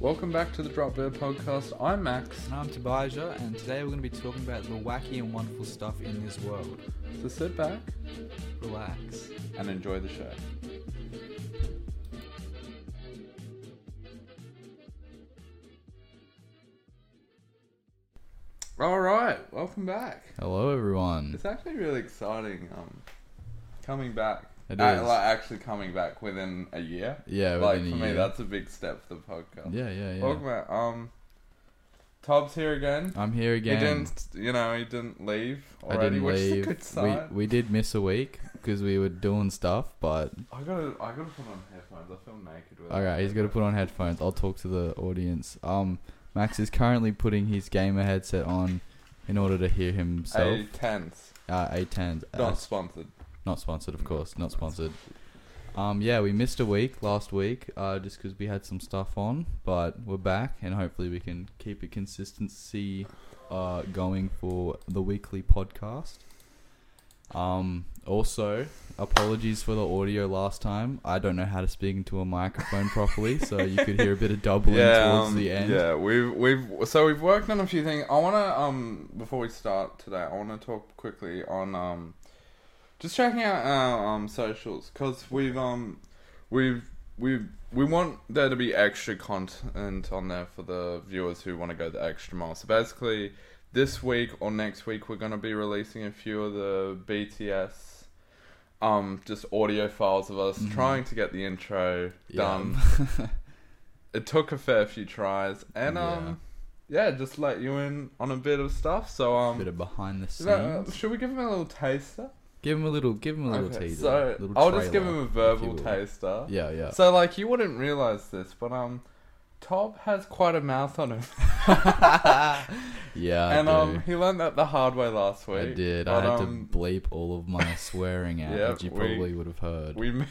Welcome back to the Drop Bear Podcast. I'm Max. And I'm Tobaja, and today we're going to be talking about the wacky and wonderful stuff in this world. So sit back Relax. and enjoy the show. All right, welcome back. Hello, everyone. It's actually really exciting. Um, coming back. It Uh, is. like actually coming back within a year. Yeah, like within a for me, year. that's a big step for the podcast. Yeah, yeah, yeah. Welcome back. Um, Tob's here again. I'm here again. He didn't, you know, he didn't leave I already, didn't which leave. is a good sign. We we did miss a week because we were doing stuff, but I gotta, I gotta put on headphones. I feel naked with. okay, he's gonna put on headphones. I'll talk to the audience. Um, Max is currently putting his gamer headset on in order to hear himself. a tens, uh, A10s. Uh, not sponsored. Not sponsored, of course. Not sponsored. Um, yeah, we missed a week last week uh, just because we had some stuff on, but we're back and hopefully we can keep a consistency uh, going for the weekly podcast. Um, also, apologies for the audio last time. I don't know how to speak into a microphone properly, so you could hear a bit of doubling towards um, the end. yeah. We've, we've, so we've worked on a few things. I wanna, um, before we start today, I wanna talk quickly on, um, just checking out our um socials because we've, um, we've. We we want there to be extra content on there for the viewers who want to go the extra mile. So basically, this week or next week we're going to be releasing a few of the BTS um just audio files of us trying to get the intro Mm-hmm. Yeah. done. it took a fair few tries and um yeah, just let you in on a bit of stuff. So um bit of behind the is scenes. that- uh, should we give him a little taster? give him a little, give him a little teaser. so little I'll just give trailer, him a if you verbal will. taster. Yeah, yeah. So like you wouldn't realize this, but um Tob has quite a mouth on him. yeah, I and do. um he learned that the hard way last week. I did. But, I had um, to bleep all of my swearing out, Yeah, which you we- probably would have heard. we mo-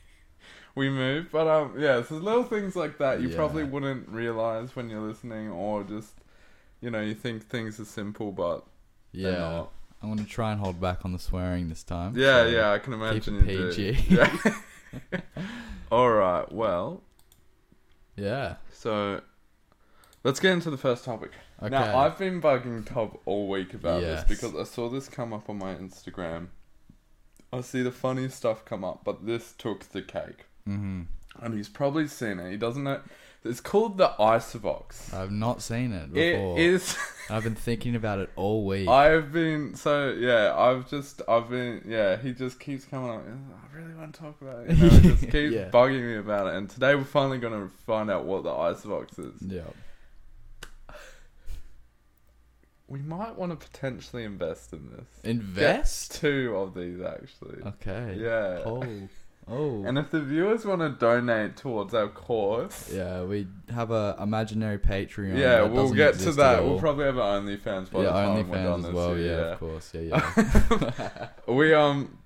we moved, but um, yeah, so little things like that you Yeah. probably wouldn't realize when you're listening, or just you know you think things are simple, but they're yeah, not. I'm gonna try and hold back on the swearing this time. yeah, so- yeah, I can imagine it you do. PG. Yeah. All right, well, yeah. so let's get into the first topic. Okay. Now I've been bugging Tob all week about Yes. this because I saw this come up on my Instagram. I see the funny stuff come up, but this took the cake. hmm and he's probably seen it. He doesn't know. It's called the Icevox. I've not seen it before. It is. I've been thinking about it all week. I've been so yeah. I've just I've been yeah. He just keeps coming up. I really want to talk about it. You know, he just keeps Yeah. bugging me about it. And today we're finally gonna find out what the Icevox is. yeah. We might want to potentially invest in this. Invest. Two of these actually. Okay. Yeah. Oh. Oh. And if the viewers want to donate towards our cause, yeah, we have a imaginary Patreon. yeah, that we'll doesn't get to exist at that. We'll all. probably have our OnlyFans by the yeah, time we're done OnlyFans as this well. year, Yeah, yeah. of course. Yeah, yeah. We um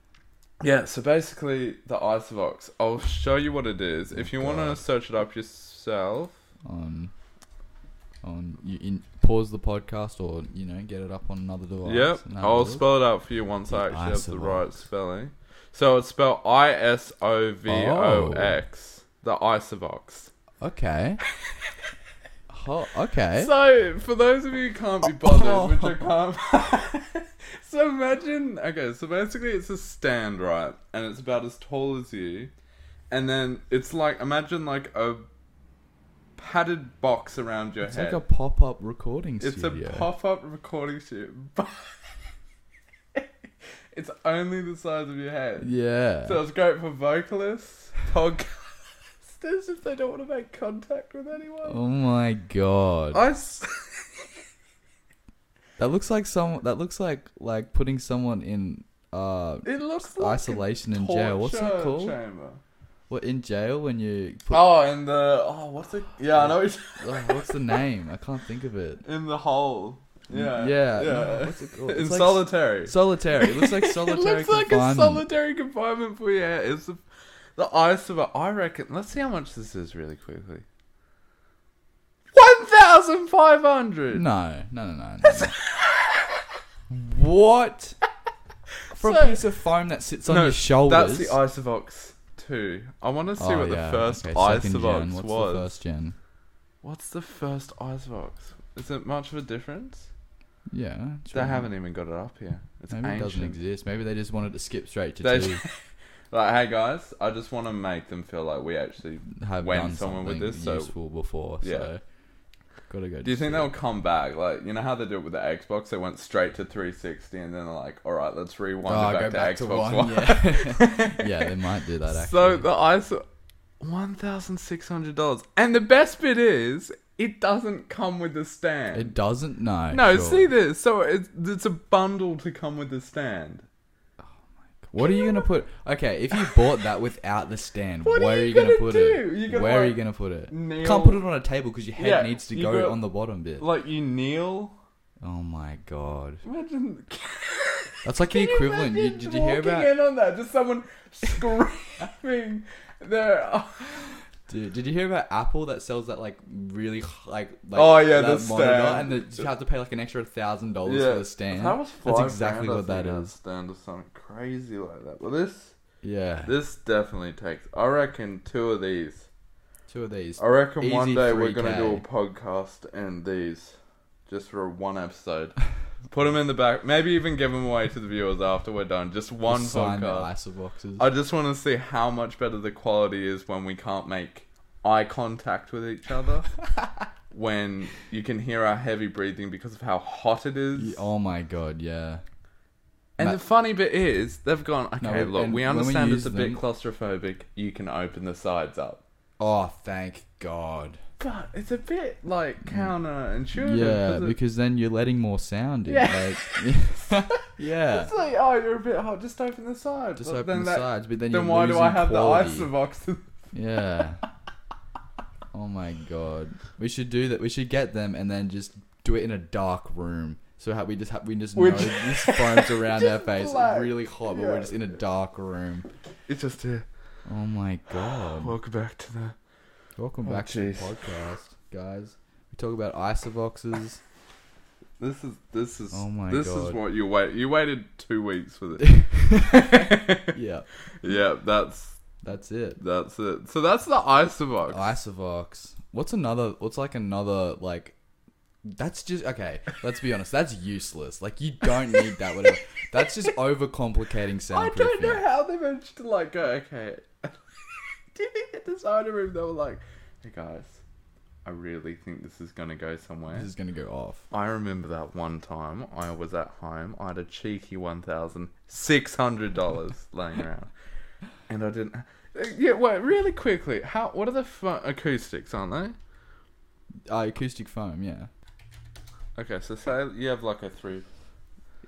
yeah, so basically the Icevox. I'll show you what it is. If you want to God. search it up yourself, on on you in, pause the podcast or you know get it up on another device. yep, and have a I'll look. spell it out for you once I The actually have the Isovox. right spelling. So it's spelled I S O V O X, the Icevox. Okay. Ho- okay. So for those of you who can't be bothered, Oh. which I can't. so imagine, okay, so basically it's a stand, right, and it's about as tall as you, and then it's like imagine like a padded box around your it's head. like a pop-up recording it's studio. a pop-up recording shit, but it's only the size of your head. Yeah. So it's great for vocalists, podcasters if they don't want to make contact with anyone. oh my god. I. S- that looks like some. That looks like like putting someone in uh It looks like Isolation a in jail. What's that torture called? Chamber. what in jail when you put, Oh, and the oh, what's it? Yeah, I know. It's oh, what's the name? I can't think of it. in the hole. Yeah, Yeah, yeah. no, what's it called? in It's like solitary. Solitary. It looks like it solitary looks like a confinement. solitary confinement for your hair. It's the, the ice of it. I reckon. Let's see how much this is really quickly. One thousand five hundred. No, no, no, no. no, no. what? For So- a piece of foam that sits on your shoulders. That's the Isovox two. I want to see Oh, what the yeah, first okay, second Isovox gen. What's was. the first gen? What's the first Icebox? Is it much of a difference? Yeah, They haven't even got it up here. It's Maybe it doesn't ancient. exist. Maybe they just wanted to skip straight to They two. like, hey guys, I just want to make them feel like we actually. Have went done somewhere something with this, so- useful before. Yeah. So gotta go. Do you to think two. they'll come back? Like, you know how they do it with the Xbox? They went straight to 360 and then they're like, all right, let's rewind Oh, it go back, to back Xbox One. to one, yeah. yeah, they might do that. Actually. So the ice, one thousand six hundred dollars, and the best bit is it doesn't come with the stand. it doesn't. No. no, sure. see this. So it's, it's a bundle to come with the stand. What are you gonna put? Okay, if you bought that without the stand, What are where you are you gonna, gonna put do? it? You're gonna, where are like, you gonna put it? kneel- Can't put it on a table because your head Yeah, needs to you go got- on the bottom bit. Like you kneel. oh my god, Imagine. that's like Can the you equivalent. You, imagine did you hear walking about? in on that? Just someone screaming. Their, Dude, did you hear about Apple that sells that like really h- like, like Oh, yeah, that the monitor stand. and the, you have to pay like an extra thousand dollars Yeah. for the stand. That was That's five exactly grand, I what that think, is. Stand or something crazy like that. Well, this Yeah, this definitely takes. I reckon two of these. two of these. I reckon Easy one day we're gonna 3K. do a podcast and these, just for one episode. Put them in the back. Maybe even give them away to the viewers after we're done. Just one Just sign the podcast. ISA boxes. I just want to see how much better the quality is when we can't make eye contact with each other. when you can hear our heavy breathing because of how hot it is. Ye- oh my god, yeah. And Ma- the funny bit is, they've gone, No, okay, we- look, and we when we understand it's a bit use them- claustrophobic. You can open the sides up. Oh, thank God. But it's a bit, like, counterintuitive. Mm. Yeah, 'cause it- because then you're letting more sound in. Yeah. like- yeah. It's like, oh, you're a bit hot. Just open the side. Just But open the that- sides, but then, Then, you're why do I losing have quality. the Isovox? Yeah. Oh my god. We should do that. We should get them and then just do it in a dark room. So how we just have we just We're know ju- this foam's around our just face. black. It's really hot, but Yeah. we're just in a dark room. it's just here. Oh my god. Welcome back to the. Welcome Oh, back to the jeez. podcast, guys. We talk about isoboxes. This is this is Oh my this is God. what you wait. You waited two weeks for this. yeah. yeah, that's That's it. that's it. So that's the Isovox. Isovox. What's another? What's like another like? That's just okay. Let's be honest. That's useless. Like you don't need that. Whatever. That's just overcomplicating I soundproofing. don't know how they managed to like go. Okay, do you think that designer room they were like, hey guys, I really think this is gonna go somewhere. This is gonna go off. I remember that one time I was at home. I had a cheeky one thousand six hundred dollars laying around, and I didn't. Uh, Yeah, wait, really quickly. How? What are the fo- acoustics? Aren't they? Uh, acoustic foam. Yeah. Okay, so say you have like a three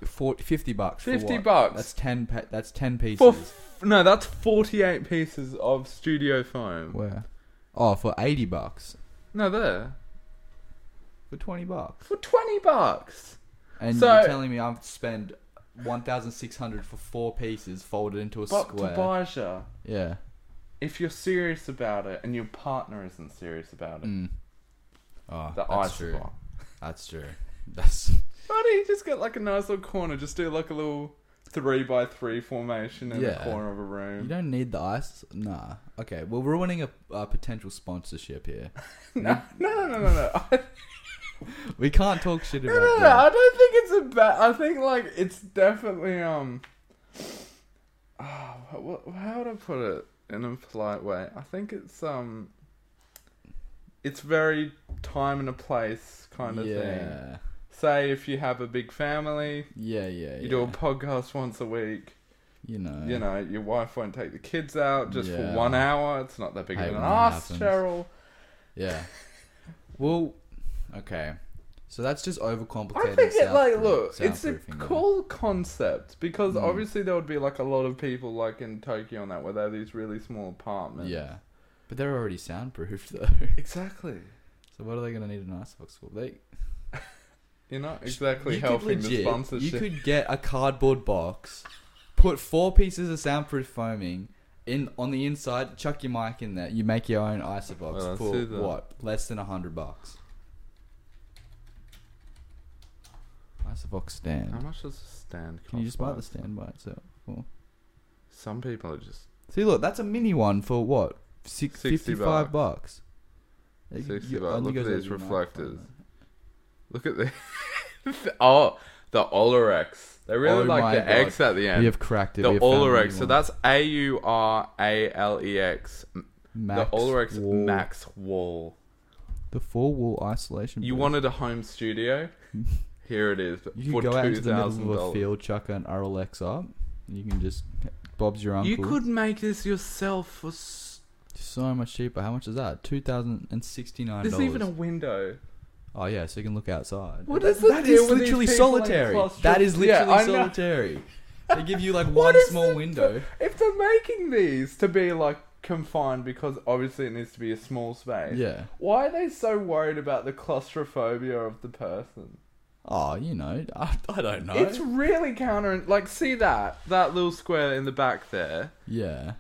40, 50 bucks. for 50 what? bucks. That's ten. Pa- that's ten pieces. for f- no, that's forty-eight pieces of studio foam. Where? Oh, for eighty bucks. No, there For twenty bucks. for twenty bucks. And So- you're telling me I've spend one thousand six hundred for four pieces folded into a But square. Tobaja, yeah. if you're serious about it and your partner isn't serious about it, Mm. Oh, the that's ice true. block. That's true. That's Why don't you just get like a nice little corner? Just do like a little three by three formation in the Yeah. corner of a you room. don't need the ice. Nah. Okay, we're ruining a, a potential sponsorship here. No, no, no, no, no, no. I, We can't talk shit no, about no, no. that. I don't think it's a bad. I think like it's definitely um. ah, wha- wha- how would I put it in a polite way? I think it's um. It's very time and a place kind of thing. yeah. Say if you have a big family, Yeah, yeah, you yeah. do a podcast once a week. you know. you know, your wife won't take the kids out just Yeah. for one hour. It's not that big Hate of an when that ass, happens. Cheryl. Yeah. Well, okay. So that's just overcomplicated. I think it, like, look, it's a soundproofing there. cool concept because Mm. obviously there would be like a lot of people like in Tokyo and that where they have these really small apartments. Yeah. But they're already soundproofed though. exactly. so what are they gonna need an icebox for? They You're not exactly You could helping the legit- sponsorship. You could get a cardboard box, put four pieces of soundproof foaming in on the inside, chuck your mic in there. You make your own isobox Well, I see for that. what? Less than a hundred bucks. Isobox How stand. much does a stand cost? Can you just buy like? the stand by itself? Or- Some people are just See, look, that's a mini one for what? Six, 60 55 bucks. You- Sixty you- baht. I think Look it at goes these over the microphone, reflectors. though. Look at this. oh, the Olarex. They really Oh my like the God. X at the end. We have cracked it. the we have found a Olarex. new So one. that's A U R A L E X. The Max Olarex wall. Max Wall. The four wall isolation. You booth. wanted a home studio? Here it is. You for could go out into the middle of $2,000. a field, chuck an RLX up. You can just Bob's your uncle. You could make this yourself for. S- so much cheaper. How much is that? Two thousand and sixty nine There's dollars. even a window. oh yeah, so you can look outside. What That- is the that deal is with these literally people in solitary. claustroph- that is Yeah, literally I know. solitary. they give you like What one is small it? window. If they're making these to be like confined because obviously it needs to be a small space. Yeah. Why are they so worried about the claustrophobia of the person? Oh, you know, I, I don't know. It's really counter. Like, see that that little square in the back there. yeah.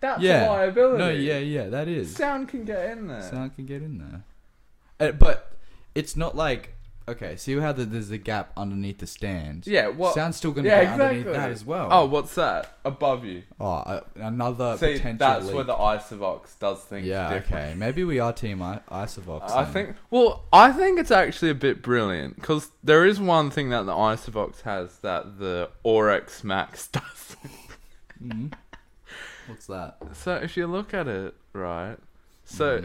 That's a yeah. liability. No, yeah, yeah, that is. Sound can get in there. Sound can get in there. Uh, but it's not like okay. See how the, there's a gap underneath the stand. Yeah. What? Sound's still going to yeah, be underneath exactly. that as well. Oh, what's that above you? oh uh, another See, potential. that's leak. where the Isovox does things. yeah. different. Okay. Maybe we are team I- Isovox. I then. think. Well, I think it's actually a bit brilliant because there is one thing that the Isovox has that the Orex Max does. Mhm. What's that? so if you look at it right, so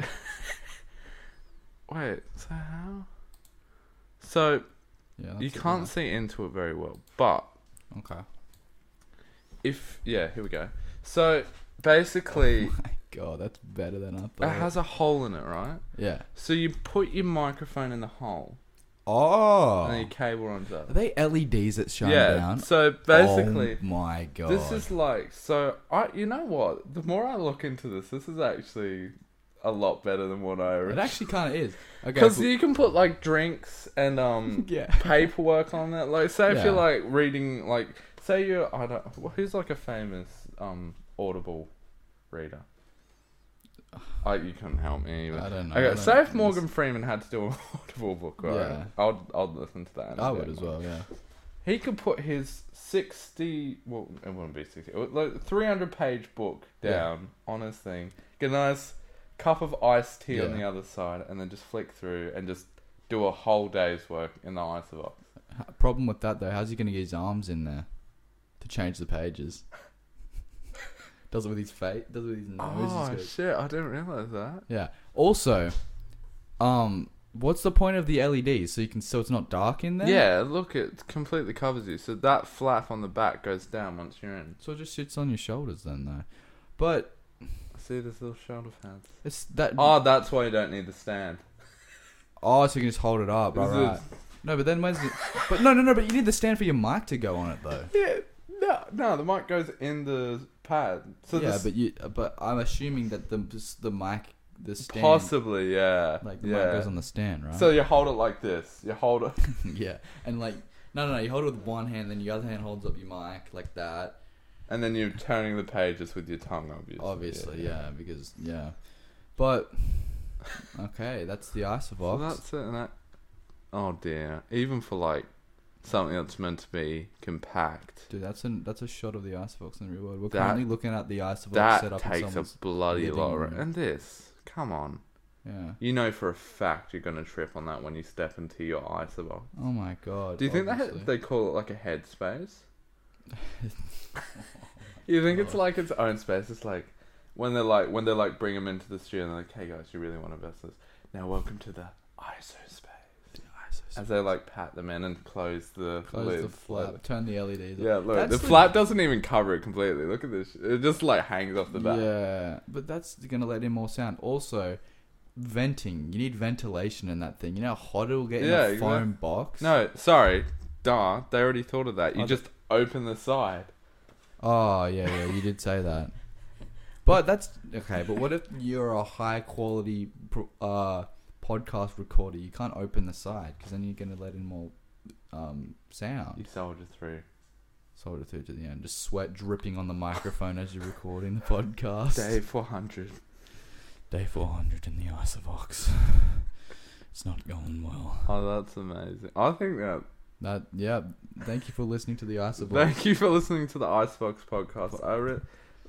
Hmm. wait, so how? So Yeah. you that's it, can't see into it very well, but yeah. Okay. if yeah, here we go. So basically, Oh My God, that's better than I it thought. has a hole in it, right? yeah. So you put your microphone in the hole Oh. and then your cable runs up. Are they LEDs that shine yeah. down? So basically, oh my God. this is like so. I you know what? The more I look into this, this is actually a lot better than what I It originally. actually kind of is. Okay. Because cool. you can put like drinks and um Yeah. paperwork on it. Like, say if Yeah. you're like reading, like, say you're I don't who's like a famous um Audible reader. I, you couldn't help me even. I don't know. I Okay, don't- say if Morgan Freeman had to do an Audible book, right? Yeah. I'll I'll listen to that. any I day would of as my well. Yeah. he could put his 60 well it wouldn't be 60 uh, like 300 page book Yeah. down on his thing get a nice cup of iced tea on Yeah. the other side and then just flick through and just do a whole day's work in the ice box H- Problem with that though, how's he gonna get his arms in there to change the pages? does it with his face? Does it with his nose? oh he's got- shit i didn't realize that Yeah. Also, um, what's the point of the LEDs? So you can so it's not dark in there. yeah look it completely covers you so that flap on the back goes down once you're in So it just sits on your shoulders then though. But see this little shoulder pads it's that. Oh, oh that's why you don't need the stand so you can just hold it up. This All is- right. No, but then where's the? But no, no, no. But you need the stand for your mic to go on it though. yeah no no the mic goes in the pad so yeah, this but you. But I'm assuming that the the mic, the stand, Possibly, yeah. like the yeah. mic goes on the stand, right? So you hold it like this. You hold it. yeah, and like no, no, no. You hold it with one hand, then your other hand holds up your mic like that. And then you're turning the pages with your tongue, obviously. Obviously, yeah, because yeah, but okay, that's the So isovox. that's it. And that, oh dear. Even for like something that's meant to be compact, Dude, that's an that's a shot of the isovox in real world. We're That- currently looking at the isovox set that up in takes a someone's. bloody living lot. room. Of, and this, come on. yeah. You know for a fact you're gonna trip on that when you step into your isobox. Oh my god. Do you think that obviously. they call it like a headspace? you think it's like its own space? It's like when they're like when they like bring them into the studio and they're like, "Hey guys, you really want to best this? Now welcome to the ISO space." As they like pat them in and close the Close lid. the flap. Turn the E LEDs. Yeah, look, That's the the- flap doesn't even cover it completely. Look at this. sh- It just like hangs off the back. Yeah, but that's gonna let in more sound. Also, venting. You need ventilation in that thing. You know how hot it'll get Yeah, in a exact- foam box. No, sorry, duh. They already thought of that. You Oh, just open the side. Oh yeah, yeah, you did say that. But that's okay. But what if you're a high quality pro- uh, podcast recorder? You can't open the side because then you're gonna let in more um, You sound. soldier through. Sort of through to the end, just sweat dripping on the microphone as you're recording the podcast. Day four hundred. Day 400 in the Isovox. it's not going well. Oh, that's amazing. I think that That yeah. Thank you for listening to the Isovox. Thank you for listening to the Icebox podcast. I re-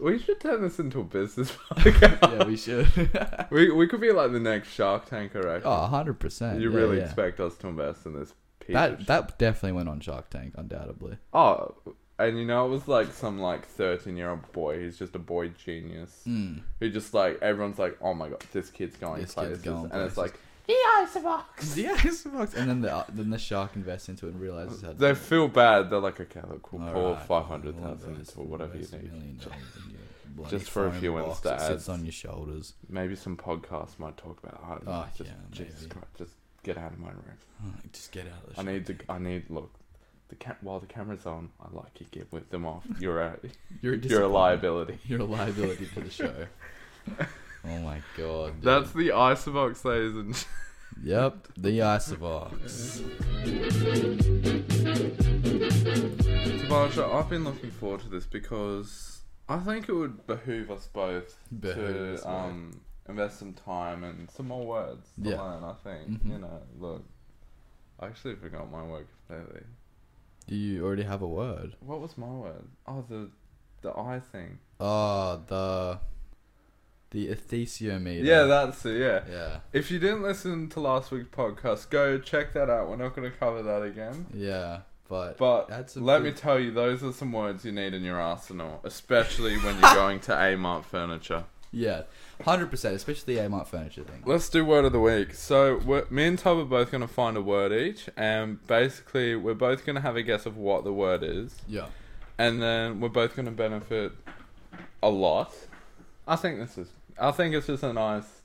We should turn this into a business podcast. yeah, we should. we we could be like the next Shark Tank, I reckon. oh, 100%. you yeah, really yeah. expect us to invest in this? Piece of that shit? that definitely went on Shark Tank, undoubtedly. Oh, and you know it was like some like thirteen year old boy. He's just a boy genius Mm. who just like everyone's like, oh my god, this kid's going This kid's places, going and it's places. like the Icebox. The Icebox, and then the uh, then the shark invests into it and realizes how. They feel bad. They're like, okay, look, we'll All pour right, five hundred we'll thousand invest- or whatever you invest a need. million dollars in your bloody Just for a phone few box Insta that sits ads. on your shoulders. Maybe some podcasts might talk about. I don't know, Oh, just, yeah, Jesus maybe. Christ, just get out of my room. Just get out of the. I need to. I need look. The ca- while the camera's on, I like you get with them off. You're a You're a you're a disappointment. liability. You're a liability for the show. oh my god. dude. That's the Icebox, ladies and Yep, the Icebox. Tabaja, I've been looking forward to this because I think it would behoove us both Behoove us to um, invest some time and some more words to Yeah. learn. I think Mhm. you know. Look, I actually forgot my word completely. Do you already have a word? What was my word? Oh, the the eye thing. Oh, the the esthesiometer. Yeah, that's it. Yeah. yeah. If you didn't listen to last week's podcast, go check that out. We're not going to cover that again. Yeah, but But that's a let me good- tell you, those are some words you need in your arsenal, especially when you're going to Amart Furniture. yeah, hundred percent, especially the Amart furniture thing. Let's do word of the week. So we're, me and Tob are both going to find a word each, and basically we're both going to have a guess of what the word is, Yeah, and then we're both going to benefit a lot. I think this is. I think it's just a nice.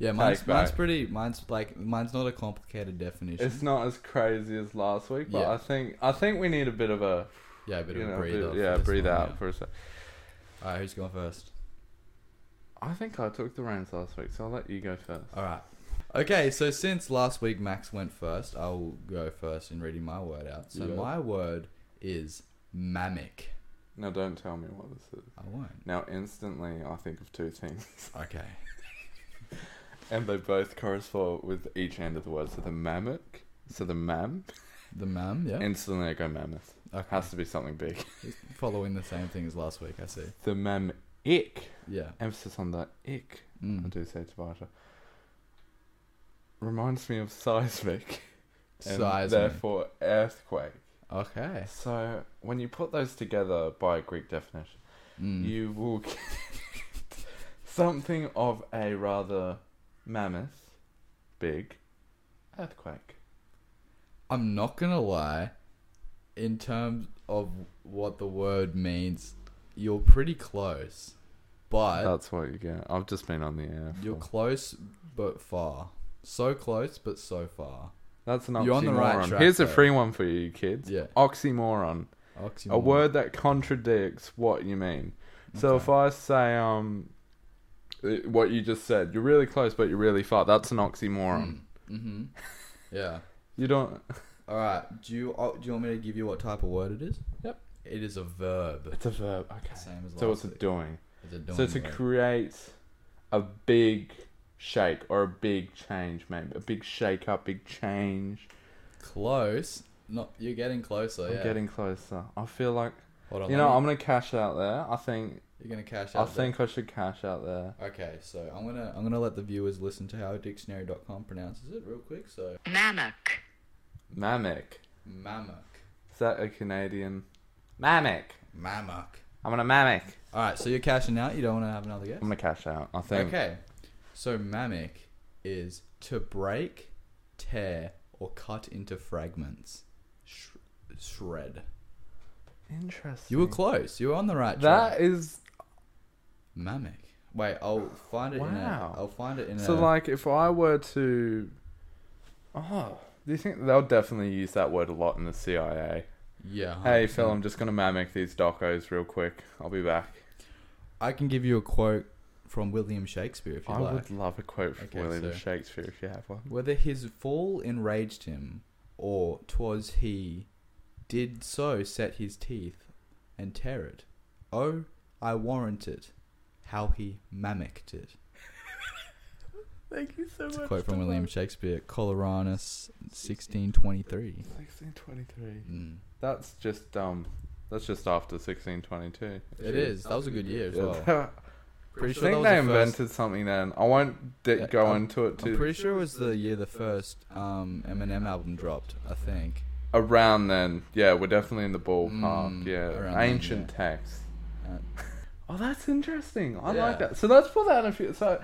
yeah. Mine's, Take mine's back. pretty. Mine's like mine's not a complicated definition. It's not as crazy as last week, but Yeah. I think I think we need a bit of a yeah, a bit you of a know, breather. bit- for yeah, this breathe one, out yeah. for a sec. All right, who's going first? I think I took the reins last week, so I'll let you go first. All right. Okay, so since last week Max went first, I'll go first in reading my word out. So Yeah. my word is mamic. Now don't tell me what this is. I won't. Now instantly, I think of two things. Okay. And they both correspond with each end of the word. So the mammoth, so the mam, The mam, yeah. instantly I go mammoth. Okay. Has to be something big. It's following the same thing as last week, I see. The mam ick, Yeah. emphasis on the ick, I Mm. do say Tabata, reminds me of seismic. And Size. Therefore, earthquake. Okay. So when you put those together by a Greek definition, Mm. you will get something of a rather mammoth, big earthquake. I'm not gonna lie. In terms of what the word means, you're pretty close, but That's what you get. I've just been on the air. you're for- close but far. So close but so far. That's an oxymoron. you're on the right track, Here's a though. free one for you, kids. Yeah. Oxymoron, Oxymoron. a word that contradicts what you mean. So Okay. if I say um, uh, what you just said, you're really close, but you're really far. That's an oxymoron. Mm-hmm. Yeah. You don't. All right. Do you oh, do you want me to give you what type of word it is? Yep. It is a verb. It's a verb. Okay. Same as So last it's a week. doing. It's a doing so to verb. create a big shake or a big change, maybe a big shake up, big change. close. Not you're getting closer. I'm Oh, yeah. getting closer. I feel like Hold on. you let know me- I'm gonna cash out there. I think you're gonna cash I out. there. think I should cash out there. Okay, so I'm gonna I'm gonna let the viewers listen to how dictionary.com pronounces it real quick. So Mamak. Mamek. mammoth, Is that a Canadian? Mamek. mammoth. I'm gonna mamek. All right, so you're cashing out. You don't want to have another guess. I'm gonna cash out. I think. Okay, so mamic is to break, tear, or cut into fragments, Sh- shred. Interesting. You were close. You were on the right track. That is Mamic. Wait, I'll find it in a. Wow. I'll find it in so. a. Like, if I were to, oh, do you think they'll definitely use that word a lot in the CIA? yeah. Hey, 100%. Phil, I'm just gonna mamek these docos real quick. I'll be back. I can give you a quote from William Shakespeare if you I like. would love a quote from Okay, William so- Shakespeare if you have one. Whether his fall enraged him, or 'twas he did so set his teeth and tear it. Oh, I warrant it, how he mammocked it. Thank you so It's a quote from William Shakespeare, Coloranus, 1623. 1623. Mm. That's just um That's just after 1622. It is. That was a good year as well. Pretty I think sure that was they the first, invented something then. I won't d- Yeah, go I'm- into it I'm too. pretty sure it was the year the first um, Eminem album dropped. I think. around then. Yeah, we're definitely in the ballpark. Mm, around yeah, then, ancient texts. Uh, Oh, that's interesting. I Yeah. like that. So let's put that in a few. So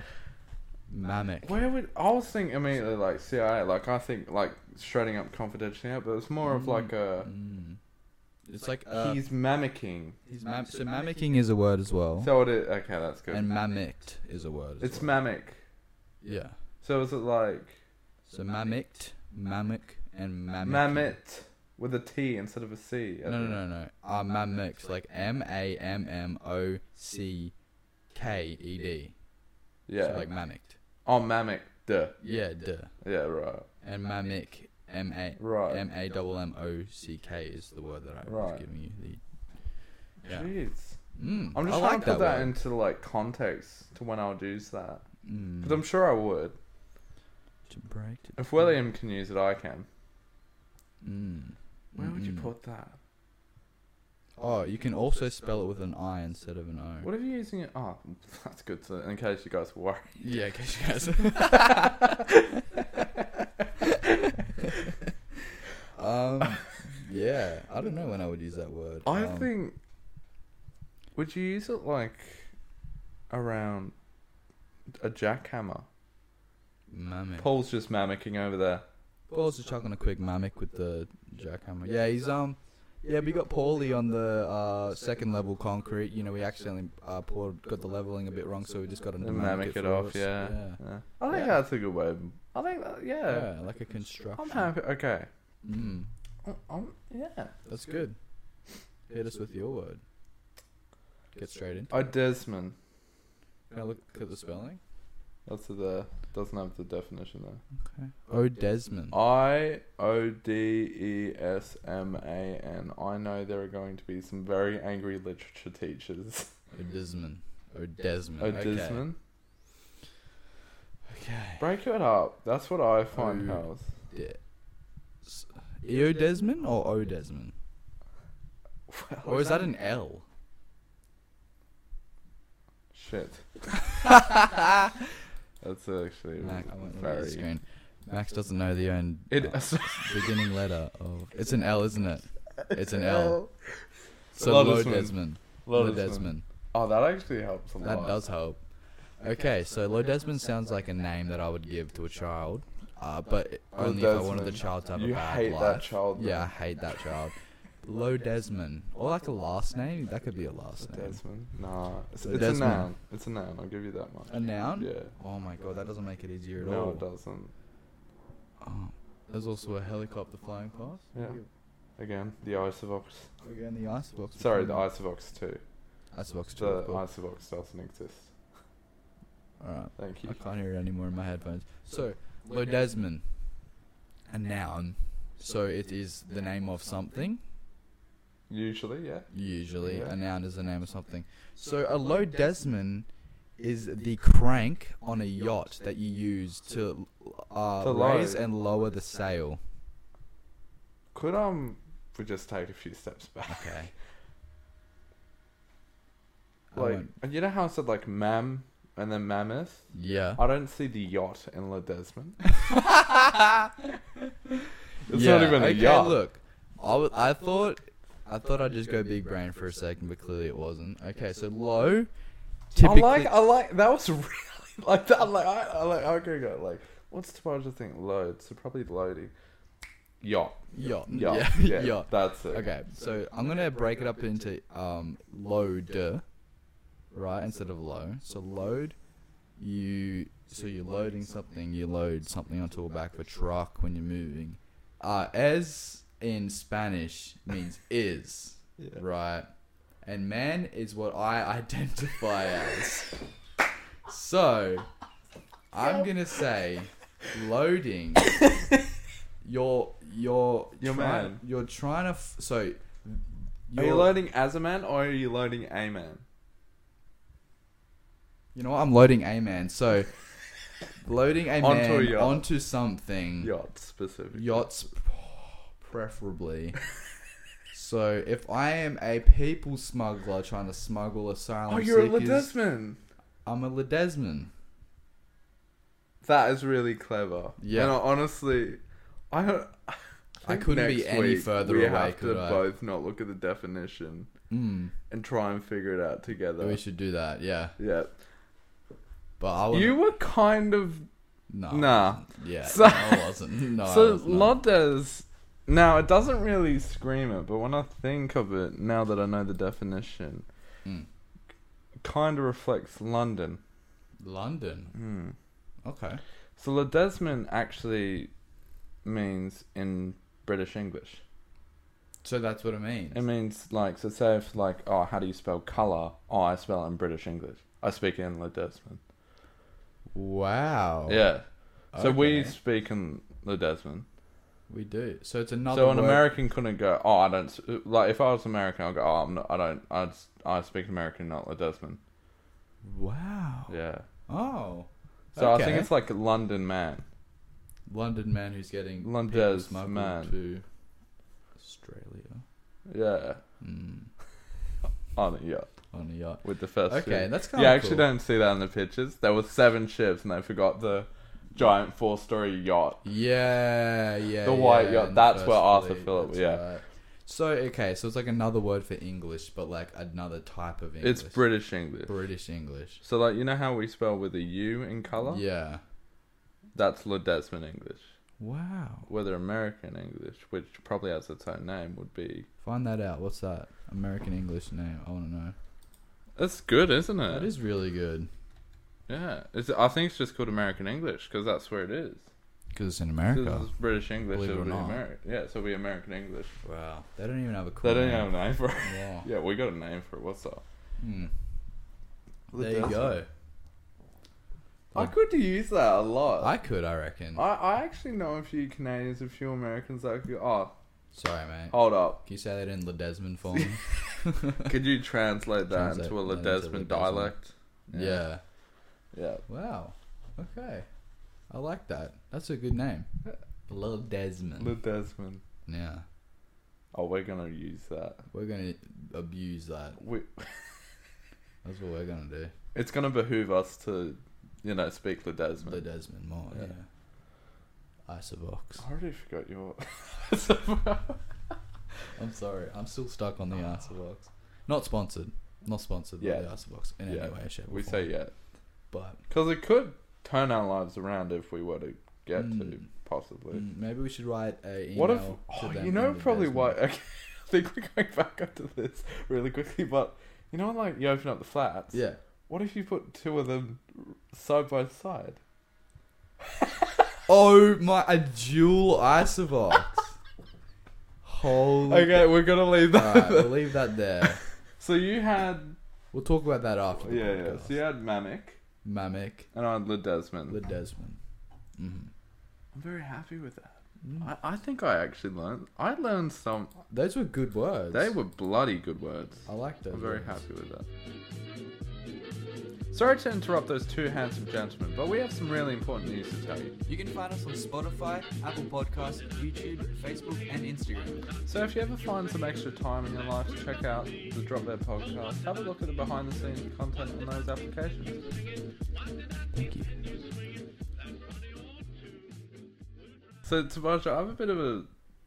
Mamek. where would I was thinking immediately like CIA? Like I think like shredding up confidentiality, but it's more of like a Mm. It's like uh, he's mimicking. mam- so mammoking is a word as well, So it is, okay, that's good. oh. and mammicked is a word. As it's well. mamic. yeah. So is it like So mammicked, mammock, and mammock. mammoth with a T instead of a C? No, no, no, no. Uh, mammocks like M A M M O C K E D. Yeah. So like mammocked. oh, mamic. Duh. Yeah, duh. Yeah. Right. And mammock, M A Right. M A double M O C K is the word that I Right. was giving you. The, yeah. Jeez. Mm, I'm just I trying like to put that, word. into like context to when I would use that Mm. because I'm sure I would. to break. To If William can use it, I can. Mm. Where would you Mm-mm. put that? Oh, you can also spell it with an I instead of an O. What if you're using it? Oh, that's good. To, in case you guys were Yeah, because you guys. um, yeah, I don't know when I would use that word. worried, I Um, think. Would you use it like around a jackhammer? Mammoth. Paul's just mammicking over there. Paul's just chucking a quick mamic with the jackhammer. Yeah, he's um, yeah, we got Paulie on the uh, second level concrete. You know, we accidentally uh, poured, got the leveling a bit wrong, so we just got to And mammoth mamic it for off, us. yeah. yeah. I think Yeah. that's a good way. of- I think that, yeah, yeah. Yeah, like a construction. I'm happy. Okay. Mm, I'm, I'm- yeah. that's good. Hit us with your word. Get straight into. Oh, Desmond. Can I look at the spelling? That's the doesn't have the definition there. Oh, Desmond. I O D E S M A N. I know there are going to be some very angry literature teachers. Oh, Desmond. Oh, Desmond. Oh, okay. Desmond, Okay. break it up. That's what I find Oh. helps. S- Eo Desmond or O Desmond? Or is that an L? Shit. That's actually Mac, I won't look at the very. screen. Max doesn't know the own It, uh, beginning letter of. It's an L, isn't it? It's an L. So Low low Desmond. Desmond. Low Low Desmond. Desmond. oh, that actually helps a lot. That does help. Okay, so Low Desmond sounds like a name that I would give to a child, uh, but Low only if I wanted the Desmond. child to have You a bad hate that life. child, Yeah, though. I hate that child. Low Desmond, or like a last name. That could be a last name. Desmond. Nah, it's, So it's Desmond. a noun. It's a noun. I'll give you that much. A noun. Yeah. Oh my god, that doesn't make it easier at No, all. it doesn't. Oh, there's also a helicopter flying past. Yeah. Again, the Isovox. Again, the icebox. Sorry, the Isovox 2. icebox too. The of course. Isovox doesn't exist. All right. Thank I you. can't hear it anymore in my headphones. So, Lodesman, a noun. So it is the name of something. Usually, yeah. Usually, Yeah. a noun is the name of something. So a low Desmond is the crank on a yacht that you use to, uh, To lower. raise and lower the sail. Could um we just take a few steps back? Okay. I Like won't- and you know how I said like mam and then mammoth? yeah. I don't see the yacht in La Desmond. It's not even a okay, yacht. Look, I, w- I thought I thought I'd just go big brain for a second, but clearly it wasn't. Okay, so low. Typically, I like I like that was really like that like I, I like I could go like what's the larger thing? Load, so probably loading. Yacht. Yacht. yacht. Mm, Yeah, Yeah. yacht. That's it. Okay, so I'm gonna break it up into um load, right, instead of low. So load, you so you're loading something. You load something onto a back of a truck when you're moving. Uh, as in Spanish means is. Yeah. Right. And man is what I identify as. So, I'm going to say loading your your Your try- man. You're trying to f- so Are you you're- loading as a man or are you loading a man? you know what? I'm loading a man. So loading a Onto man a yacht. onto something Yacht specific. yachts p- preferably. So if I am a people smuggler trying to smuggle asylum Oh, you're a seekers, Ledesman. I'm a Ledesman. That is really clever. Yeah. And I, honestly, I don't. I couldn't be next any week further we away, have to could I? both not look at the definition Mm, and try and figure it out together. we should do that, yeah. yeah. But I would You were kind of Oh, no, nah. yeah, So- no, I wasn't. No, I so was not. Lodes. Now it doesn't really scream it, but when I think of it, now that I know the definition, Mm. kind of reflects London. London. Hmm. Okay. So Ledesman actually means in British English. So that's what it means. It means like so. Say if like oh, how do you spell color? Oh, I spell it in British English. I speak it in Ledesman. wow. Yeah. So we Oh. Okay. speak in Ledesman. we do. So it's another. so an word- American couldn't go. Oh, I don't s- like. If I was American, I'd go. Oh, I'm not. I don't. I s- I speak American, not Ledesman. Wow. Yeah. Oh. So I Okay. think it's like London man. London man who's getting people Londez smuggled man. to Australia Yeah. mm, On a yacht on a yacht. with the first. Okay, ship. that's kind Yeah, I of actually don't see that in the pictures. There was seven ships, and they forgot the giant four-story yacht. Yeah, yeah. The white yeah, yacht, and the that's first where Arthur fleet, Phillip- that's yeah. right. So okay, so it's like another word for English, but like another type of English. It's British English. British English. So like you know how we spell with a U in color? Yeah. That's Ledesman English. Wow. Whether American English, which probably has its own name, would be Find that out. What's that American English name? I want to know. that's good, isn't it? That is really good Yeah, it's, I think it's just called American English because that's where it is. because it's in This America. is British English. Believe it it'll or be not. Ameri- yeah, so we American English. Wow. They don't even have a cool. They don't have name. a name for it. Wow. Yeah, we got a name for it. What's up? Hmm. There you go. I could use that a lot. I could, I reckon. I, I actually know a few Canadians, a few Americans that could. Oh, Sorry, mate. hold up. Can you say that in Ledesman for me? Could you translate that Translate into a that into Ledesman Ledesman. dialect? yeah. Yeah. Wow. Okay. I like that. That's a good name. Lil Desmond. Ledesman. yeah. Oh, we're gonna use that. We're gonna abuse that. We, That's what we're gonna do. it's gonna behoove us to, you know, speak Ledesman. Lil Desmond more, yeah. Yeah. Isovox. I already forgot your. I'm sorry. I'm still stuck on the Isovox. Not sponsored. Not sponsored Ah. Yeah. by the Isovox in Yeah. any way, shape, or we form. say yeah, But because it could turn our lives around if we were to get to Mm. possibly. mm, maybe we should write a email What if? to Oh, them you know, in probably Ledesman. why. Okay, I think we're going back up to this really quickly, but you know, like you open up the flats. Yeah. What if you put two of them side by side? Oh my, a dual Isovox. Holy. Okay, we're gonna leave that. Alright, we'll leave that there. So you had We'll talk about that after. The yeah, yeah. podcast. So you had Manic Mamek, and I had Ledesman. the Desmond. Mhm. I'm very happy with that. Mm. I, I think I actually learned. I learned some. Those were good words. They were bloody good words. I like those. I'm very words. happy with that. Sorry to interrupt those two handsome gentlemen, but we have some really important news to tell you. You can find us on Spotify, Apple Podcasts, YouTube, Facebook, and Instagram. So if you ever find some extra time in your life to check out the Drop Dead podcast, have a look at the behind the scenes content on those applications. Thank you. So Tabasha, I have a bit of a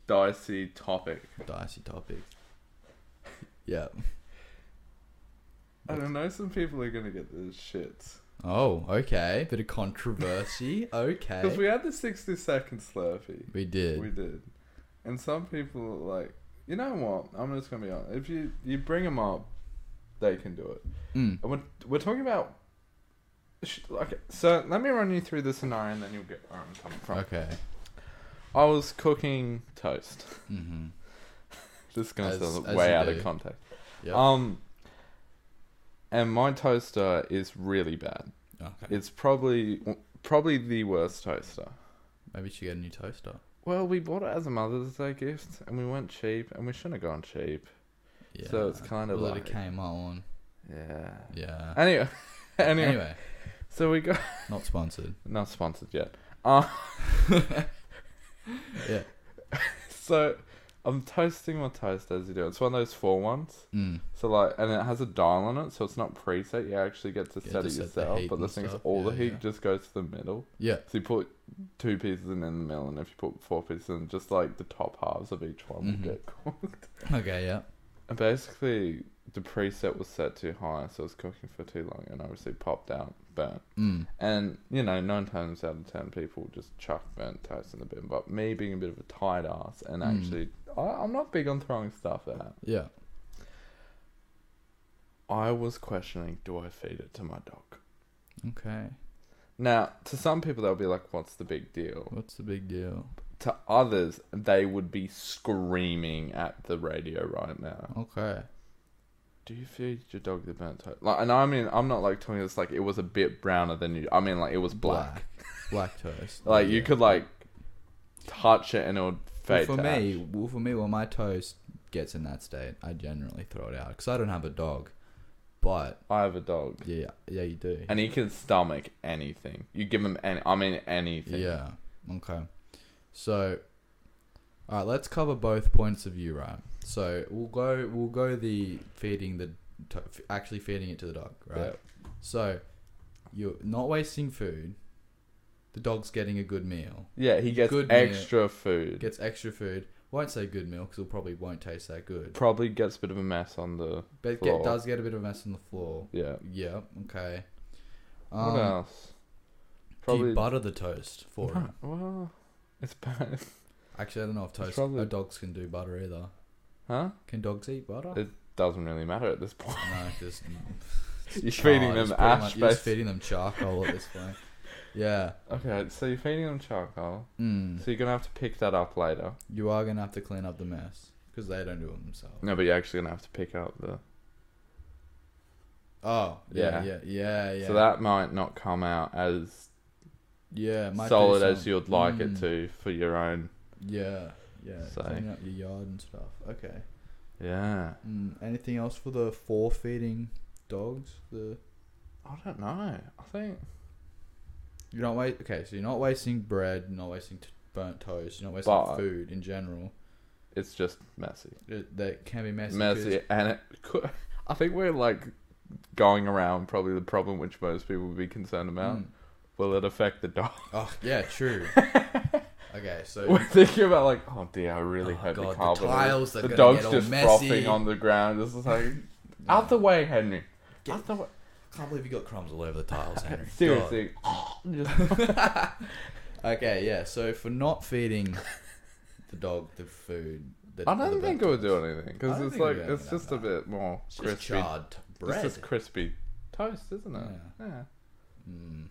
dicey topic. Dicey topic. Yeah. I don't know some people are gonna get the shits. Oh, okay. Bit of controversy. okay. Because we had the sixty second slurpee. We did. We did. And some people like, you know what? I'm just gonna be honest. If you you bring them up, they can do it. Mm. And we're we're talking about. sh- Okay, so let me run you through the scenario, and then you'll get where I'm coming from. Okay. I was cooking toast. Mm-hmm. This is gonna As- sound as way you out do. of context. Yep. Um, and my toaster is really bad. okay. It's probably probably the worst toaster. Maybe you should get a new toaster. Well, we bought it as a Mother's Day gift, and we went cheap, and we shouldn't have gone cheap. Yeah. So it's kind of well, like- it came on. Yeah. Yeah. Anyway, anyway, anyway, so we got not sponsored. not sponsored yet. Uh, Yeah. so I'm toasting my toast as you do. It's one of those four ones. Mm. So like, and it has a dial on it, so it's not preset. You actually get to Yeah, set to it set the yourself. heat but the and thing is, stuff. all the Yeah, heat yeah. just goes to the middle. Yeah. So you put two pieces in, in the middle, and if you put four pieces in, just like the top halves of each one Mhm. will get cooked. Okay. Yeah. And basically, the preset was set too high, so it was cooking for too long, and obviously popped out burnt. Mm. And you know, nine times out of ten, people just chuck burnt toast in the bin. But me being a bit of a tight ass, and Mm. actually, I, I'm not big on throwing stuff out. Yeah. I was questioning, do I feed it to my dog? Okay. Now, to some people, they'll be like, "What's the big deal?" What's the big deal? To others, they would be screaming at the radio right now. Okay. Do you feed your dog the burnt toast? Like, and I mean, I'm not like telling you this. Like, it was a bit browner than you. I mean, like it was black. Black toast. Like you Yeah. could like touch it and it would Well, fade. for to ash. me, well, for me, when my toast gets in that state, I generally throw it out because I don't have a dog. But I have a dog, yeah, yeah, you do. and he can stomach anything. You give him any. I mean, anything. Yeah. Okay. So, all right, let's cover both points of view, right? So we'll go, we'll go the feeding the, to- f- actually feeding it to the dog, right? Yeah. So, you're not wasting food. The dog's getting a good meal. Yeah, he gets Good meal. extra food. Gets extra food. Won't say good meal because it probably won't taste that good. Probably gets a bit of a mess on the. But Floor. get, does get a bit of a mess on the floor. Yeah. Yep. Okay. What Um, else? do you butter the toast for it? Well, it's bad. Actually, I don't know if toast probably- uh, dogs can do butter either. Huh? Can dogs eat butter? It- Doesn't really matter at this point. no, just Oh, You're feeding them just pretty ash much- You're just bas- feeding them charcoal at this point. Yeah. Okay, so you're feeding them charcoal. Mm. So you're gonna have to pick that up later. You are gonna have to clean up the mess because they don't do it themselves. No, but you're actually gonna have to pick up the. Oh, yeah, yeah, Yeah. yeah, yeah. So that might not come out as yeah, it might do solid as some- you'd like Mm. it to for your own. Yeah, yeah. So- Cleaning up your yard and stuff. Okay. Yeah. Mm, anything else for the four feeding dogs? The I don't know. I think. You're not wait. Okay, so you're not wasting bread. You're not wasting t- burnt toast. You're not wasting But- food in general. It's just messy. It, that can be messy. 'cause- Messy, and it could, I think we're like going around probably the problem which most people would be concerned about. Mm. Will it affect the dog? Oh yeah, true. okay, so We're thinking about like, oh dear, I really Oh, hope God, the the carpet. tiles are the gonna dog's get all just messy. frothing on the ground. This is like, out the way, Henry. Get- out the way. can't believe you got crumbs all over the tiles, Henry. Seriously. Oh, Just- God. okay, yeah. So for not feeding the dog the food, the, I don't the think it burnt would toast, do anything I because don't it's think it like would do it's anything just that a bit more It's just crispy. charred It's bread. just crispy toast, isn't it? Yeah. Mm,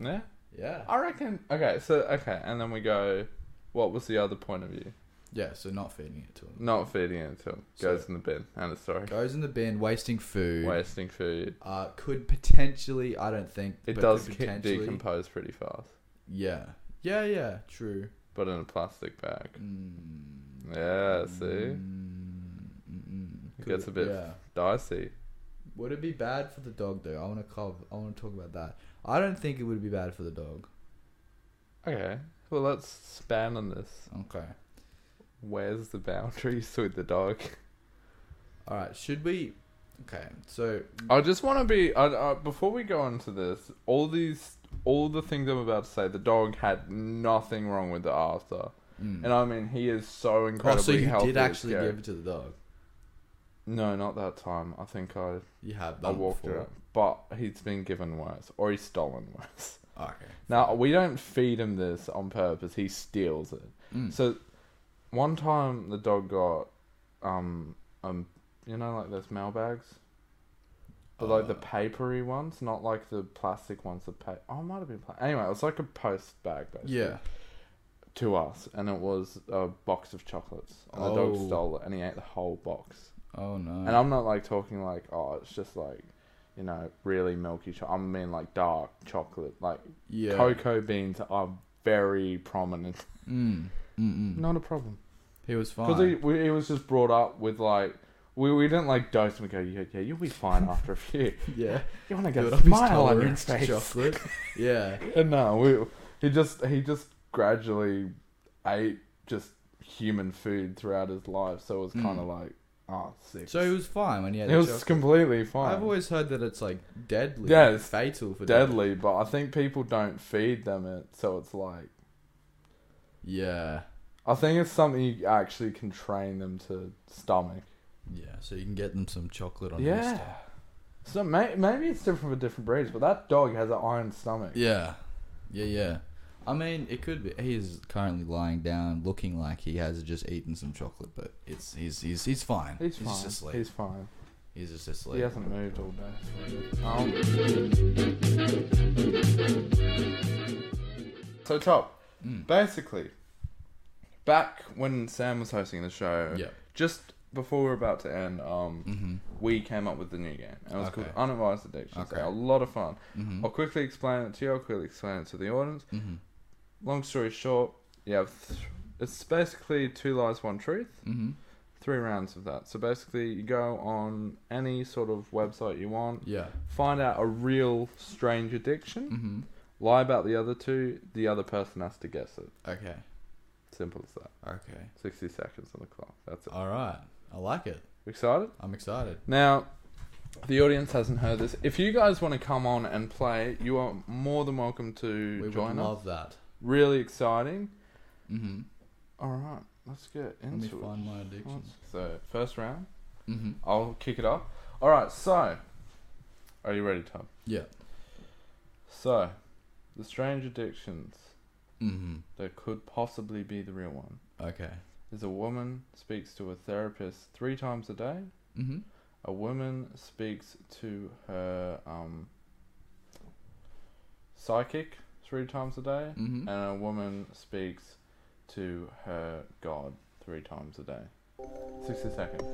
Yeah. yeah. I reckon. Okay, so okay, and then we go. What was the other point of view? Yeah. So not feeding it to him. Not feeding it to him. Goes So- in the bin. And it's sorry. Goes in the bin, wasting food. Wasting food. uh, could potentially. I don't think It but does could ki- decompose pretty fast, Yeah, yeah, yeah. True. but in a plastic bag. Mm, Yeah, see? Mm, mm, mm. It Could gets a bit- Yeah. Dicey. Would it be bad for the dog though? I want to cover. I want to talk about that. I don't think it would be bad for the dog. Okay. Well, let's span on this. Okay. Where's the boundaries with the dog? All right. Should we? Okay. So I just want to be. I, I, before we go into this, all these, all the things I'm about to say, the dog had nothing wrong with the after, mm. and I mean he is so oh, incredibly so you healthy. did it's actually scary. give it to the dog. No, not that time. I think I, You have. I Done walked it. before. up. But he's been given worse, or he's stolen worse. Okay. Now we don't feed him this on purpose. He steals it. Mm. So one time the dog got um um you know like those mailbags? But like the Uh, papery ones, not like the plastic ones the pa- oh it might have been pla- anyway, it was like a post bag basically yeah. to us and it was a box of chocolates. And the dog Oh. stole it and he ate the whole box. Oh no. And I'm not like talking like oh it's just like you know, really milky. Cho- I mean, like dark chocolate. Like yeah. cocoa beans are very prominent. Mm. Mm-mm. Not a problem. He was fine. Because he, we- he was just brought up with like we, we didn't like dose him and go yeah yeah you'll be fine after a few yeah. you want to Build get a up his smile on your tolerance to face Chocolate. Yeah. and no we he just he just gradually ate just human food throughout his life, so it was Mm. kind of like, oh, sick. So he was fine when he had it the was shock. completely fine. I've always heard that it's like deadly. Yeah, it's fatal for deadly, but I think people don't feed them it, so it's like Yeah, I think it's something you actually can train them to stomach. yeah. So you can get them some chocolate on Yeah. Easter. So may- maybe it's different for different breeds, but that dog has an iron stomach. Yeah, yeah, yeah. I mean, it could be. He is currently lying down, looking like he has just eaten some chocolate, but it's he's he's he's fine. He's fine. just asleep. He's fine. He's just asleep. He hasn't moved all day. Um, so top, Mm. basically, back when Sam was hosting the show, Yeah. just before we were about to end, um, Mm-hmm. we came up with the new game. And it was Okay. called Unadvised Addiction. Okay. So a lot of fun. Mm-hmm. I'll quickly explain it to you. I'll quickly explain it to the audience. Mm-hmm. Long story short, you have th- it's basically two lies, one truth. Mm-hmm. Three rounds of that. So basically, you go on any sort of website you want, Yeah. find out a real strange addiction, Mm-hmm. lie about the other two, the other person has to guess it. Okay. Simple as that. Okay. 60 seconds on the clock. That's it. All right. I like it. Excited? I'm excited. Now, the audience hasn't heard this. If you guys want to come on and play, you are more than welcome to We would join us. love that. Really exciting. Mm-hmm. All right, let's get Let me into it. find my addiction. So, first round, Mm-hmm. I'll kick it off. All right, so are you ready, Tom? Yeah. So, the strange addictions Mm-hmm. that could possibly be the real one Okay. is a woman speaks to a therapist three times a day. Mm-hmm. A woman speaks to her um, psychic three times a day, Mm-hmm. and a woman speaks to her god three times a day. 60 seconds.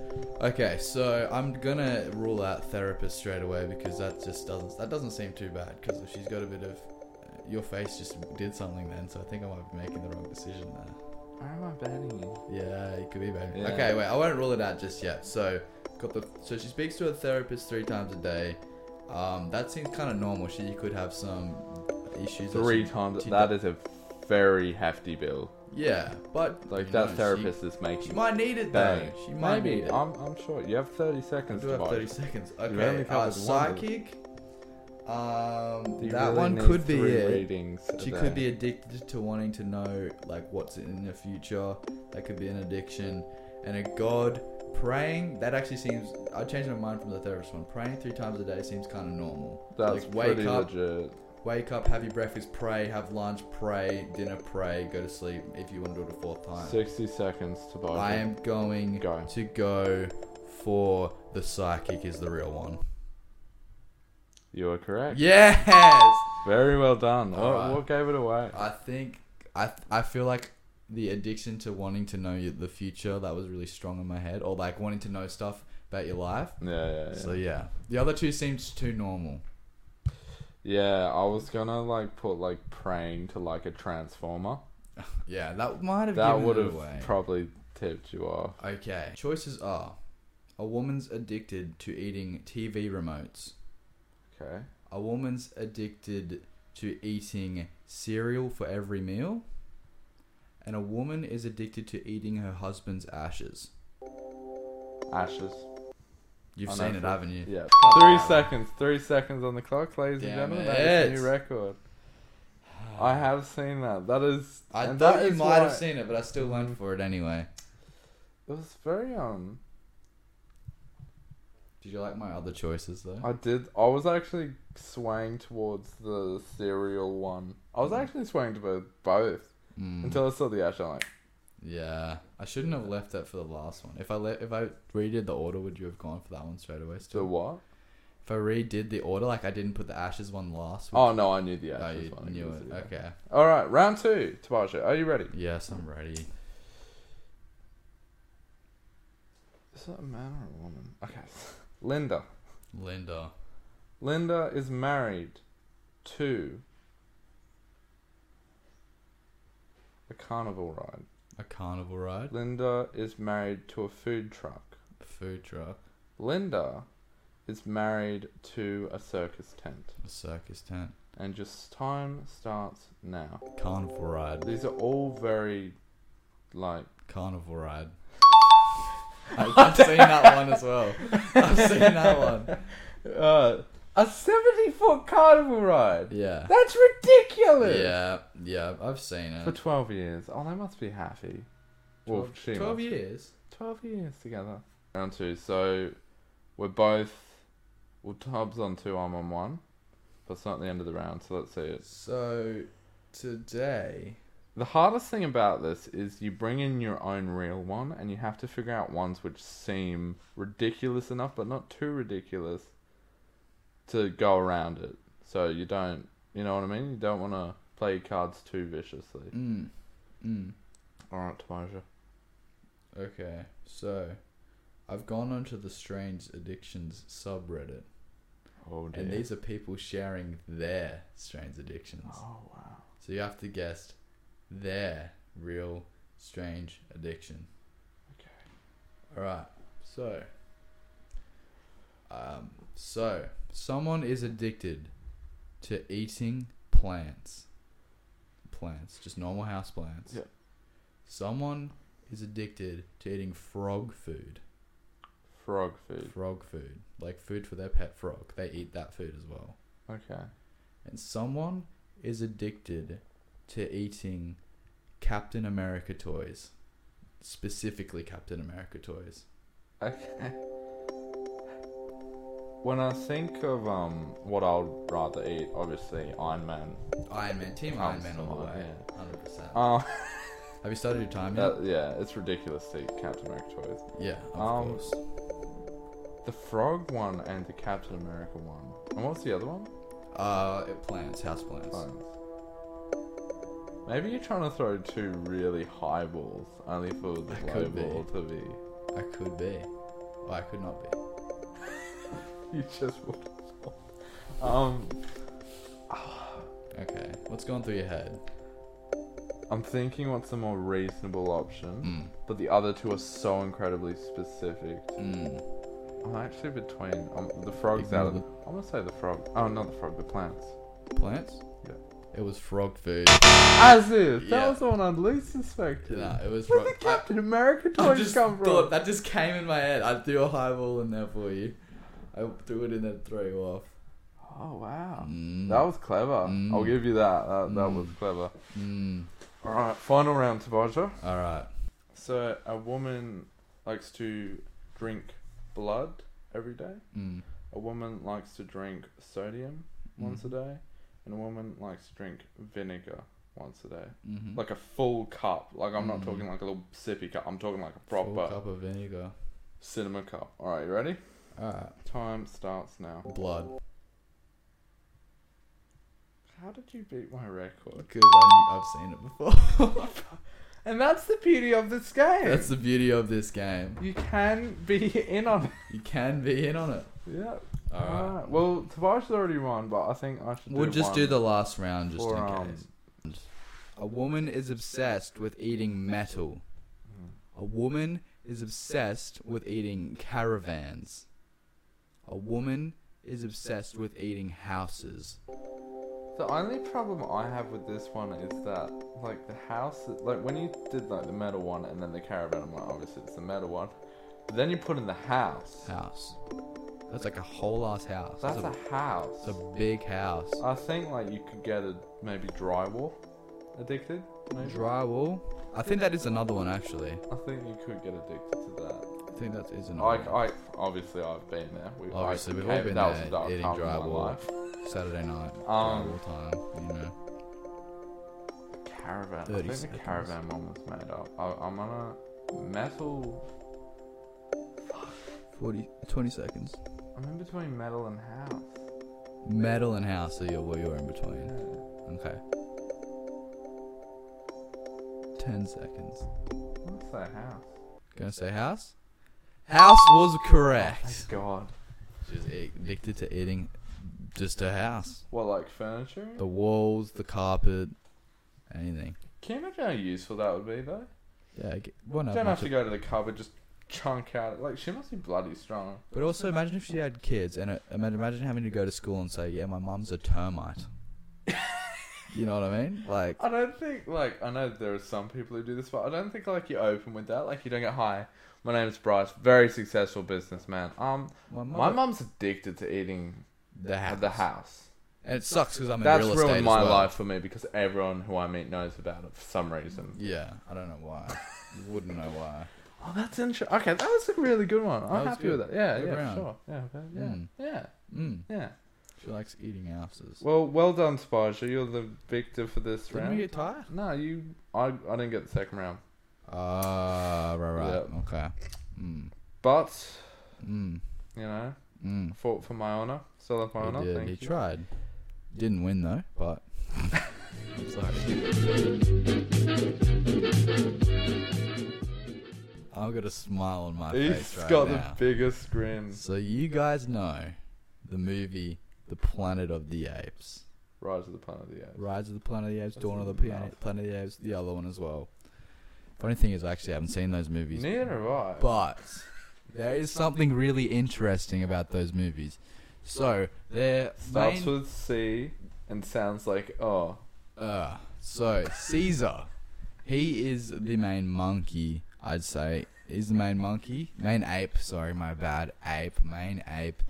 Okay, so I'm gonna rule out therapist straight away because that just doesn't that doesn't seem too bad because if she's got a bit of uh, your face just did something then, so I think I might be making the wrong decision there. Where am I betting you? Yeah, it could be bad. Yeah. Okay, wait, I won't rule it out just yet. So got the so she speaks to a therapist three times a day. Um, that seems kind of normal. She could have some issues. that Three she- times. she That do- is a very hefty bill. Yeah, but Like, you know, that she- therapist is She, making. might need it though. bang. She might Maybe. need it. I'm, I'm sure. You have 30 I seconds do to have buy. 30 seconds. only Okay, uh, covered one of them. psychic. Um, You that really one need could be three it. readings a She day. could be addicted to wanting to know like what's in the future. That could be an addiction. And a god praying. That actually seems. I changed my mind from the therapist one. Praying three times a day seems kind of normal. So, That's like wake pretty up, legit. wake up, have your breakfast, pray, have lunch, pray, dinner, pray, go to sleep. If you want to do it a fourth time, 60 seconds to buy. I am going Go. to go for the psychic is the real one. You are correct. Yes. Very well done. What, Alright. what gave it away? I think I I feel like the addiction to wanting to know your- the future that was really strong in my head, or like wanting to know stuff about your life. Yeah, yeah, yeah. So yeah, the other two seems too normal. yeah, I was gonna like put like praying to like a transformer. Yeah, that might have That given would it have away. probably tipped you off. okay, choices are: a woman's addicted to eating TV remotes. Okay. A woman's addicted to eating cereal for every meal. And a woman is addicted to eating her husband's ashes. Ashes. You've I know seen it, for- haven't you? Yeah. Come Three on. seconds. Three seconds on the clock, ladies Damn and gentlemen. it. That is a new record. I have seen that. That is. I and thought that you is might why- have seen it, but I still went for it anyway. It was very um. Did you like my other choices though? I did. I was actually swaying towards the cereal one. I Hmm. was actually swaying to both, both Mm, until I saw the ash. I'm like, yeah, I shouldn't have left that for the last one. If I le- if I redid the order, would you have gone for that one straight away? the Still, what? if I redid the order, like I didn't put the ashes one last. Oh no, I knew the oh, ashes you one. knew was it. the- Okay. All right, round two. Tabasha, are you ready? Yes, I'm ready. Is that a man or a woman? Okay, Linda. Linda. Linda is married to a carnival ride. A carnival ride. Linda is married to a food truck. Food truck. Linda is married to a circus tent. A circus tent. And just time starts now. Carnival ride. These are all very, like, Carnivoride. I've I've seen that one as well. I've seen that one. Uh, a 70 foot carnival ride. Yeah. That's ridiculous. Yeah, yeah, I've seen For it. 12 years. Oh, they must be happy. Well, she must. years? 12 years together. Down two. So we're both. Well, Tubbs on two, I'm on one. But it's not the end of the round, so let's see it. So, today. The hardest thing about this is you bring in your own real one and you have to figure out ones which seem ridiculous enough but not too ridiculous to go around it. So you don't, you know what I mean? You don't want to play your cards too viciously. Mm, mm. Alright, Tomaja. Okay, so I've gone onto the Strange Addictions subreddit, Oh dear. and these are people sharing their strange addictions. oh wow. So you have to guess their real strange addiction. Okay. All right. So, um, so someone is addicted to eating plants. Plants, just normal house plants. Yeah. Someone is addicted to eating frog food. Frog food. Frog food, like food for their pet frog. They eat that food as well. Okay. And someone is addicted to eating Captain America toys, specifically Captain America toys. Okay. When I think of um what I'd rather eat, obviously Iron Man. Iron Man, Team Iron Man all the way, Absolutely, hundred percent. Oh, Have you started your time yet? that- yeah, it's ridiculous to eat Captain America toys. yeah, of um, course. The frog one and the Captain America one. And what's the other one? Uh, it plants, house plants. Clones. Maybe you're trying to throw two really high balls, only for the That low could be. ball to be. I could be, or I could not be. You just um, Okay, what's going through your head? I'm thinking what's the more reasonable option, Mm, but the other two are so incredibly specific. mm. I'm actually between um, the frogs out of the. I'm gonna say the frog. Oh, not the frog, the plants. Plants? Yeah. It was frog food. As if that Yeah. was the one I'd least suspected. Nah, it was Where frog. did Captain America I, I toys just come from? thought that just came in my head. I threw a highball in there for you. I threw it in there, threw you off. Oh wow, Mm, that was clever. Mm. I'll give you that. That, that Mm. was clever. Mm. All right, final round, Tabaja. All right. So a woman likes to drink blood every day. Mm. A woman likes to drink sodium once a day, and a woman likes to drink vinegar once a day. Mm-hmm. Like a full cup. Like I'm not Mm. talking like a little sippy cup. I'm talking like a Full proper cup of vinegar. cinema cup. All right, you ready? All right. Time starts now. Blood. How did you beat my record? Because I knew, I've seen it before. And that's the beauty of this game. That's the beauty of this game. You can be in on it. You can be in on it. Yeah. All right. Alright. Well, Tavares already won, but I think I should. We'll do just one do the last round just for, in um, case. A woman is obsessed with eating metal. A woman is obsessed with eating caravans. A woman is obsessed with eating houses. The only problem I have with this one is that, like, the house, like, when you did, like, the metal one and then the caravan, I'm like, obviously it's the metal one. But then you put in the house. House. That's like a whole ass house. That's That's a house. a, it's a big house. I think, like, you could get a maybe drywall addicted. Maybe. Drywall. I think that is another one actually. I think you could get addicted to that. I think that is another. Like, one. I obviously I've been there. We, I Obviously, we've all became- been that there, was a dark eating time in my drywall. life. Saturday night. Um, drywall time. You know. Caravan. I 30 think the seconds. caravan one was made up. I, I'm gonna metal. 40, 20 seconds. I'm in between metal and house. Metal and house are your, what you're in Yeah. between. Okay. 10 seconds. What's that house? Gonna say house? House was correct. Thank God. She's addicted to eating just her house. What like furniture? The walls, the carpet, anything. Can you imagine how useful that would be though? Yeah, I get- won't You have don't have much to of- go to the cupboard. Just chunk out. Like she must be bloody strong. But also imagine if she had kids and uh, ima- imagine having to go to school and say, yeah, my mum's a termite. You know what I mean? Like, I don't think like I know there are some people who do this, but I don't think like you open with that. Like you don't get high. My name is Bryce, very successful businessman. Um, my mother, my mum's addicted to eating the house. the house. And it sucks because I'm in That's real estate. ruined as my well. life for me because everyone who I meet knows about it for some reason. Yeah, I don't know why. Wouldn't know why. Oh, that's interesting. Okay, that was a really good one. I'm was happy good. with that. Yeah, Good yeah, round. sure. Yeah, okay, yeah, Mm. yeah, Mm, yeah. she likes eating houses. Well, well done, Sparger. You're the victor for this Didn't round. we get tired? no, you. I, I didn't get the second round, Ah, right, right. Yeah. Okay. Mm, but mm, you know, mm. fought for my honor. Still have my honor. He did. Thank he you. tried. Didn't win though, but I'm sorry. I've got a smile on my He's face right got now. the biggest grin. so you guys know the movie The Planet of the Apes. Rise of the Planet of the Apes. Rise of the Planet of the Apes, That's Dawn of the enough. Planet, Planet of the Apes, the other one as well. Funny thing is, I actually haven't seen those movies. Neither have I. But there is something really interesting about those movies. So their Starts main, with C and sounds like oh. uh, so Caesar, he is the main monkey. I'd say is the main monkey, main ape. Sorry, my bad. Ape, main ape,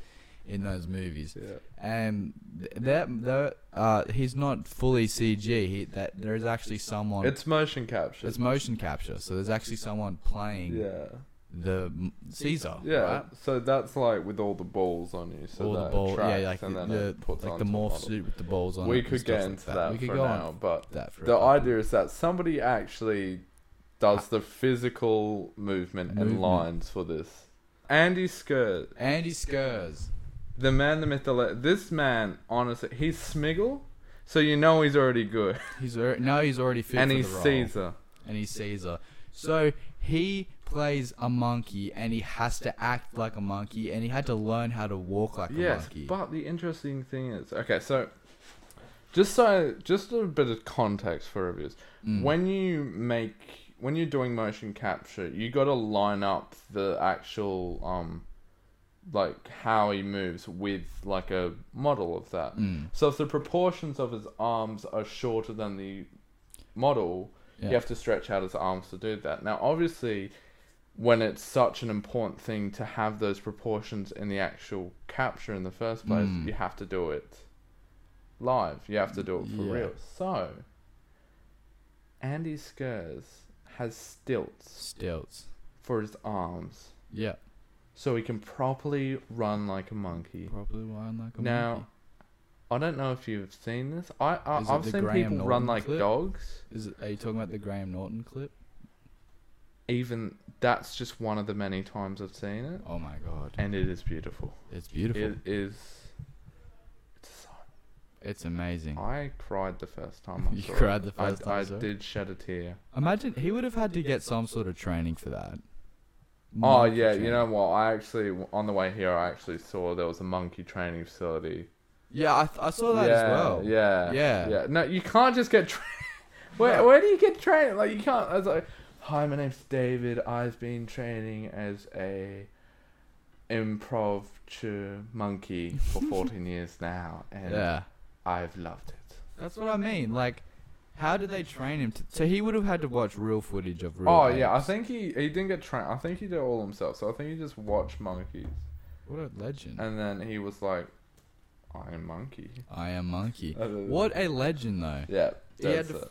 in those movies. Yeah. And th- that, that uh, he's not fully CG. He, that there is actually someone. It's motion capture. it's motion capture. So there's actually someone playing yeah. the m- Caesar. Yeah. right? So that's like with all the balls on you. So all the that ball, yeah, attracts like the, and then the it puts like onto the morph model. suit with the balls on. it We and could stuff get like into that We could for go now, on but that for a the couple. idea is that somebody actually does the physical movement, and Movement. lines for this. Andy Skirt, Andy Skurs. the man, the myth, the le- this man, honestly, he's Smiggle, so you know he's already good, He's already, no, he's already fit and for he's the role. Caesar. And he's Caesar. So he plays a monkey, and he has to act like a monkey, and he had to learn how to walk like a yes, monkey. but the interesting thing is, okay, so just so just a bit of context for reviewers. Mm. When you make when you're doing motion capture, you got to line up the actual um like how he moves with like a model of that. Mm. So if the proportions of his arms are shorter than the model, Yeah. you have to stretch out his arms to do that. Now, obviously, when it's such an important thing to have those proportions in the actual capture in the first place, Mm. you have to do it live. You have to do it for Yeah. real. So, Andy Skurs has stilts Stilts. for his arms Yeah, so he can properly run like a monkey. probably one like a now, monkey. I don't know if you've seen this. I, I Is it I've the seen Graham people run Norton like clip? dogs. Is it, are you talking about the Graham Norton clip? Even that's just one of the many times I've seen it, Oh my god, and it is beautiful. it's beautiful. It is. It's a sight. it's amazing. I cried the first time I You saw cried it. the first I, time you I saw it? did shed a tear. Imagine he would have had to get some sort of training for that. oh Monkey yeah, you training. know what? I actually on the way here, I actually saw there was a monkey training facility. Yeah, I, th- I saw that yeah, as well. Yeah, Yeah. yeah. No, you can't just get. Tra- where No. where do you get trained? Like you can't. I was like, hi, my name's David. I've been training as a improv monkey for 14 years now, and Yeah. I've loved it. That's what I mean. Like, how did they train him? To- so he would have had to watch real footage of real. Oh yeah, I apes. think he he didn't get trained. I think he did it all himself. So I think he just watched monkeys, What a legend! and then he was like, "I'm a monkey." I am monkey. Uh, What a legend, though. Yeah, He had that's to it.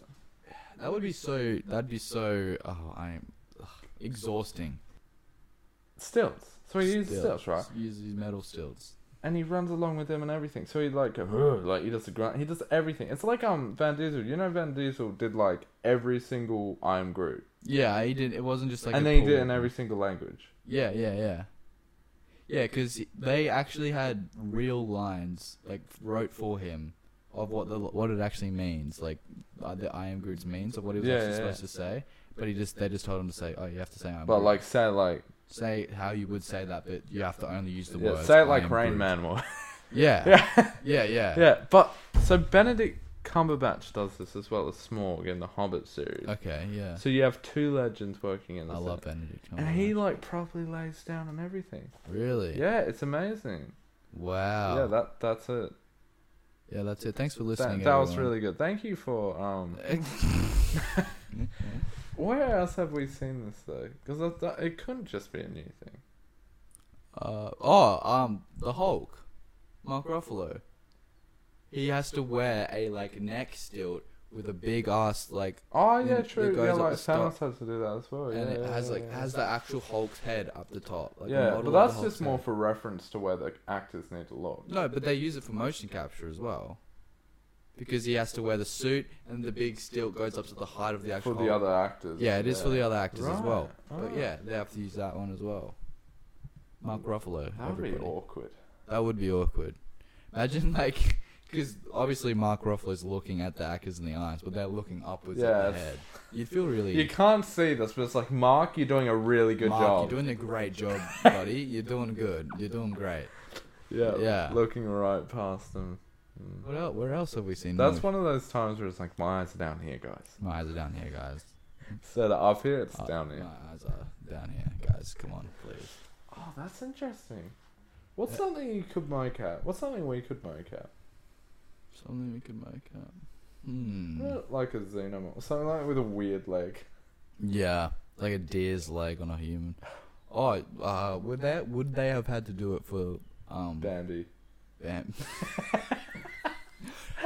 That would be so. That'd be so. Oh, I am ugh, exhausting. stilts. So he used Stilts. stilts, right? Uses his metal stilts. And he runs along with him and everything. So he like, uh, like he does the grunt. He does everything. It's like um Van Diesel. You know Van Diesel did like every single I'm Groot, Yeah, he did. It wasn't just like. and a then he pool. did it in every single language. Yeah, yeah, yeah. Yeah, because they actually had real lines, like wrote for him, of what the what it actually means, like uh, the I am Groot's means of what he was Yeah, actually yeah, supposed to say. But he just they just told him to say, oh, you have to say I am. But Groot." like say like say how you would say that, but you have to only use the yeah, word. say it like Rain Man more. Yeah. yeah. yeah, yeah, Yeah, but so Benedict Cumberbatch does this as well as Smaug in the Hobbit series. Okay, yeah. So you have two legends working in I this. love Benedict. and he Cumberbatch. like properly lays down on everything. really. Yeah, it's amazing. Wow. Yeah, that that's it. Yeah, that's it. Thanks for listening. That, that was everyone. really good. Thank you for um. Where else have we seen this though? Because it couldn't just be a new thing. Uh, oh, um, the Hulk, Mark Ruffalo. He has to wear a like neck stilt with a big ass like, Oh And yeah, it true. goes Yeah, up like the stop. Thanos had to do that as well. Yeah, and it Oh, yeah, has yeah, like yeah. has the actual Hulk's head up the top. Like yeah, the but model of that's the just Hulk's more head. for reference to where the actors need to look. No, but they use it for motion capture as well, because he has to wear the suit and the big stilt goes up to the height of the for actual. the Hulk. other actors. Yeah, it is for the other actors as Right. well. Ah. But yeah, they have to use that one as well. Mark Ruffalo. That would be everybody. awkward. That would be awkward. Imagine like, because obviously Mark Ruffalo's looking at the actors in the eyes, but they're looking upwards at Yes. the head. You'd feel really. You can't see this, but it's like Mark, you're doing a really good Mark, job. you're doing a great job, buddy. You're doing good. You're doing great. yeah, Yeah. looking right past them. Mm. What else? Where else have we seen? That's more- one of those times where it's like my eyes are down here, guys. My eyes are down here, guys. Instead of up here, it's Uh, down here. My eyes are down here, guys. Come on, please. Oh, that's interesting. What's something you could mocap? What's something we could mocap? Something we could make up. Hmm. Uh, Like a xenomorph, something like with a weird leg. Mm. Yeah, like a deer's leg on a human. Oh, uh, would that would they have had to do it for um Dandy. Bam.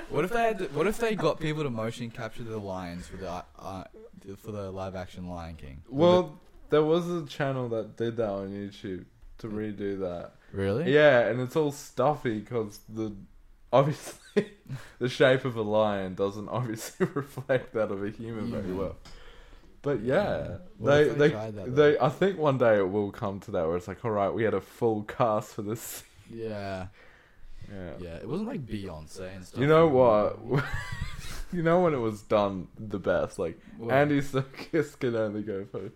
what if they had to, what if they got people to motion capture the lions for the uh, for the live action Lion King? Well, there was a channel that did that on YouTube to Mm. redo that. really? Yeah, and it's all stuffy because the obviously the shape of a lion doesn't obviously reflect that of a human very Human. well. But yeah, What they if they they tried that, they. I think one day it will come to that where it's like, all right, we had a full cast for this. Yeah. Yeah. Yeah. It wasn't like Beyonce and stuff. You know what? you know when it was done the best. Like What? Andy Serkis can only go first.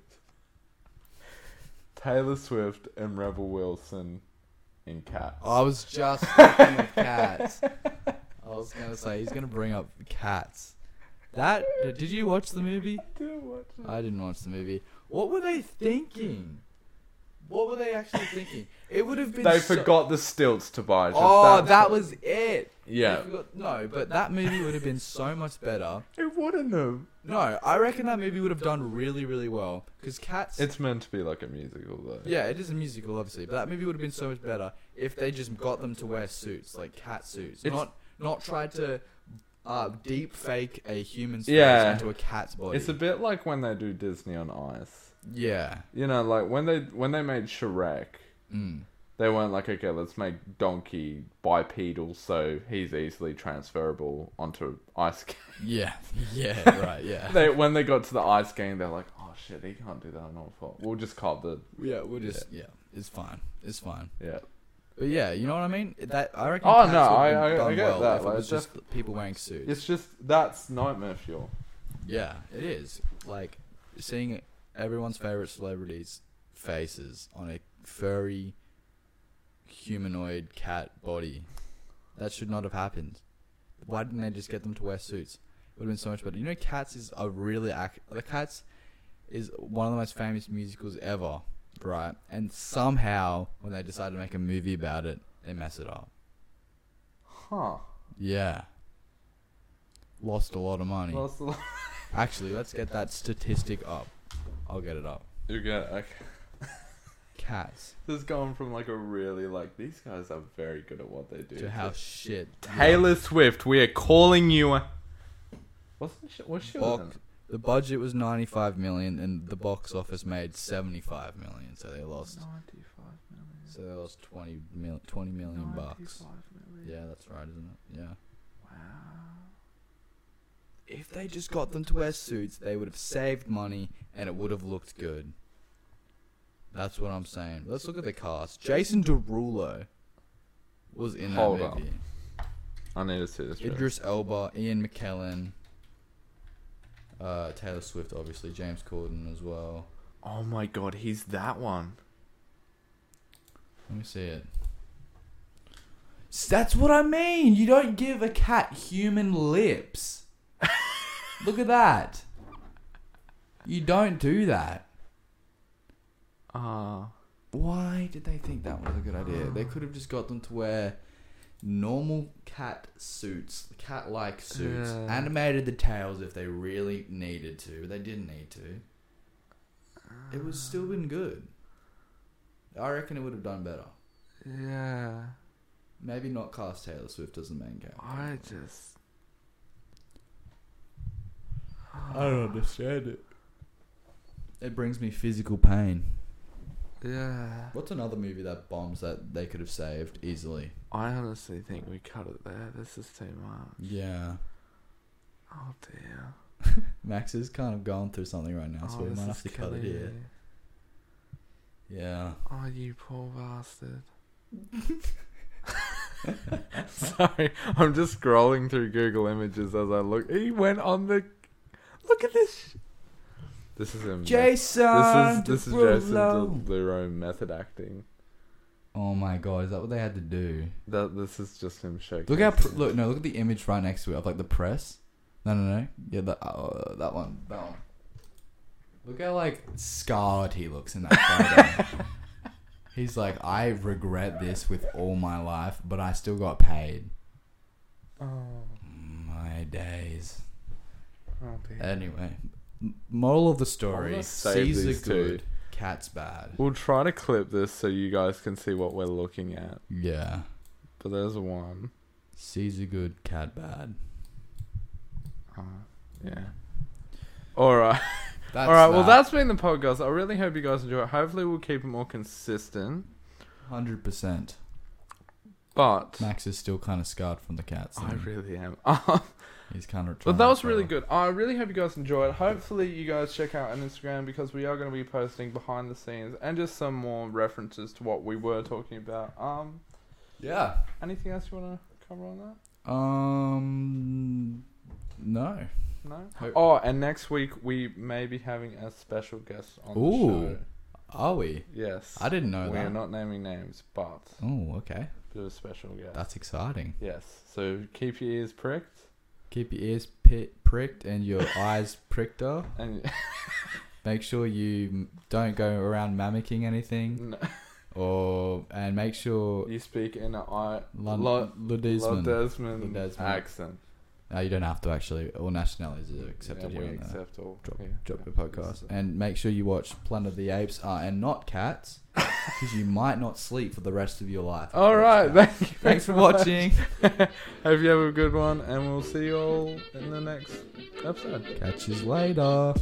Taylor Swift and Rebel Wilson in Cats. I was just thinking of cats. I was gonna say he's gonna bring up cats. That did you watch the movie? Didn't watch it. I didn't watch the movie. What were they thinking? What were they actually thinking? It would have been. They so- forgot the stilts, Tobias. Oh, That's that what- was it. Yeah. They forgot- No, but that movie would have been so much better. It wouldn't have. No, I reckon that movie would have done really, really well. Because Cats. It's meant to be like a musical, though. yeah, it is a musical, obviously, but that movie would have been so much better if they just got them to wear suits, like cat suits, It's- not not tried to uh, deep fake a human's Yeah. face into a cat's body. It's a bit like when they do Disney on Ice. yeah, You know, like when they when they made Shrek, mm. they weren't like, okay, let's make Donkey bipedal so he's easily transferable onto ice skating. yeah, yeah, right, yeah, they when they got to the ice game, they're like, oh shit, he can't do that on all fault. We'll just cop the yeah. We're just yeah. It's fine. It's fine. yeah. But yeah, you know what I mean. That I reckon. Oh, cats no, would've I- been I- I done get well that, If like, it was it's just people wearing suits. It's just that's nightmare fuel. Yeah, it is. Like seeing everyone's favorite celebrities' faces on a furry humanoid cat body. That should not have happened. Why didn't they just get them to wear suits? It would have been so much better. You know, Cats is a really ac- the Cats is one of the most famous musicals ever, right? And somehow, when they decide to make a movie about it, they mess it up. Huh. Yeah, lost a lot of money. Lost a lot. Actually, let's get that statistic up. I'll get it up. You get okay. Cats This has gone from like a really like these guys are very good at what they do. to how shit. Taylor Swift, we are calling you. a- Wasn't she? Was she? Box, in it? the budget was 95 million and the box office made 75 million, so they lost. Ninety-five million. So they lost 20 mil, 20 million bucks. 95 million. Yeah, that's right, isn't it? Yeah. Wow. If they just got them to wear suits, they would have saved money and it would have looked good. That's what I'm saying. Let's look at the cast. Jason Derulo was in Hold that up. movie. I need to see this. trailer. Idris Elba, Ian McKellen, uh, Taylor Swift, obviously, James Corden as well. Oh my god, he's that one. Let me see it. S- That's what I mean. You don't give a cat human lips. Look at that. You don't do that. Ah. Why did they think that was a good idea? They could have just got them to wear normal cat suits, cat-like suits, Yeah. animated the tails if they really needed to, but they didn't need to. It was still been good. I reckon it would have done better. Yeah. Maybe not cast Taylor Swift as the main character. I just. I don't understand it. It brings me physical pain. Yeah. What's another movie that bombs that they could have saved easily? I honestly think we cut it there. This is too much. Yeah. Oh dear. Max is kind of going through something right now, so oh, we this might is have to cut killing it here. me. Yeah. Oh, you poor bastard. Sorry, I'm just scrolling through Google Images as I look. He went on the. Look at this. This is him. This Jason! is this is Jason Derulo method acting. Oh my god, is that what they had to do? That this is just him shaking. Look at pr- look no look at the image right next to it of like the press. No no no yeah that uh, that one that one. Look how like scarred he looks in that photo. He's like I regret this with all my life, but I still got paid. Oh, My days. oh dear. Anyway, m- moral of the I'm story: gonna save C's these are good, two. cat's bad. We'll try to clip this so you guys can see what we're looking at. Yeah, But there's one. C's are good, cat bad. Uh, yeah. All right. That's All right. Well, that. that's been the podcast. I really hope you guys enjoy it. Hopefully, we'll keep it more consistent. hundred percent. But Max is still kind of scarred from the cats. I thing. really am. but He's kind of. that was really good. I really hope you guys enjoy it. Hopefully, you guys check out on Instagram because we are going to be posting behind the scenes and just some more references to what we were talking about. Um, Yeah. anything else you want to cover on that? Um. No. No. Hope- Oh, and next week we may be having a special guest on the Ooh. show. Are we? Yes. I didn't know we are that. not naming names, but oh, okay. bit of a special guest. That's exciting. Yes. So keep your ears pricked. Keep your ears pi pricked and your eyes pricked up. And Make sure you m- don't go around mimicking anything, no, or and make sure you speak in an I Lon- Lo- Ludesman. Desmond, Desmond. accent. no, you don't have to actually. All nationalities are accepted yeah, here. we and there. accept all. Drop, yeah. drop the yeah. podcast and make sure you watch Planet of the Apes uh, and not Cats, because you might not sleep for the rest of your life. if All you watch right. Cats. Thank you. Thanks for very much. watching. Hope you have a good one, and we'll see you all in the next episode. Catch you later.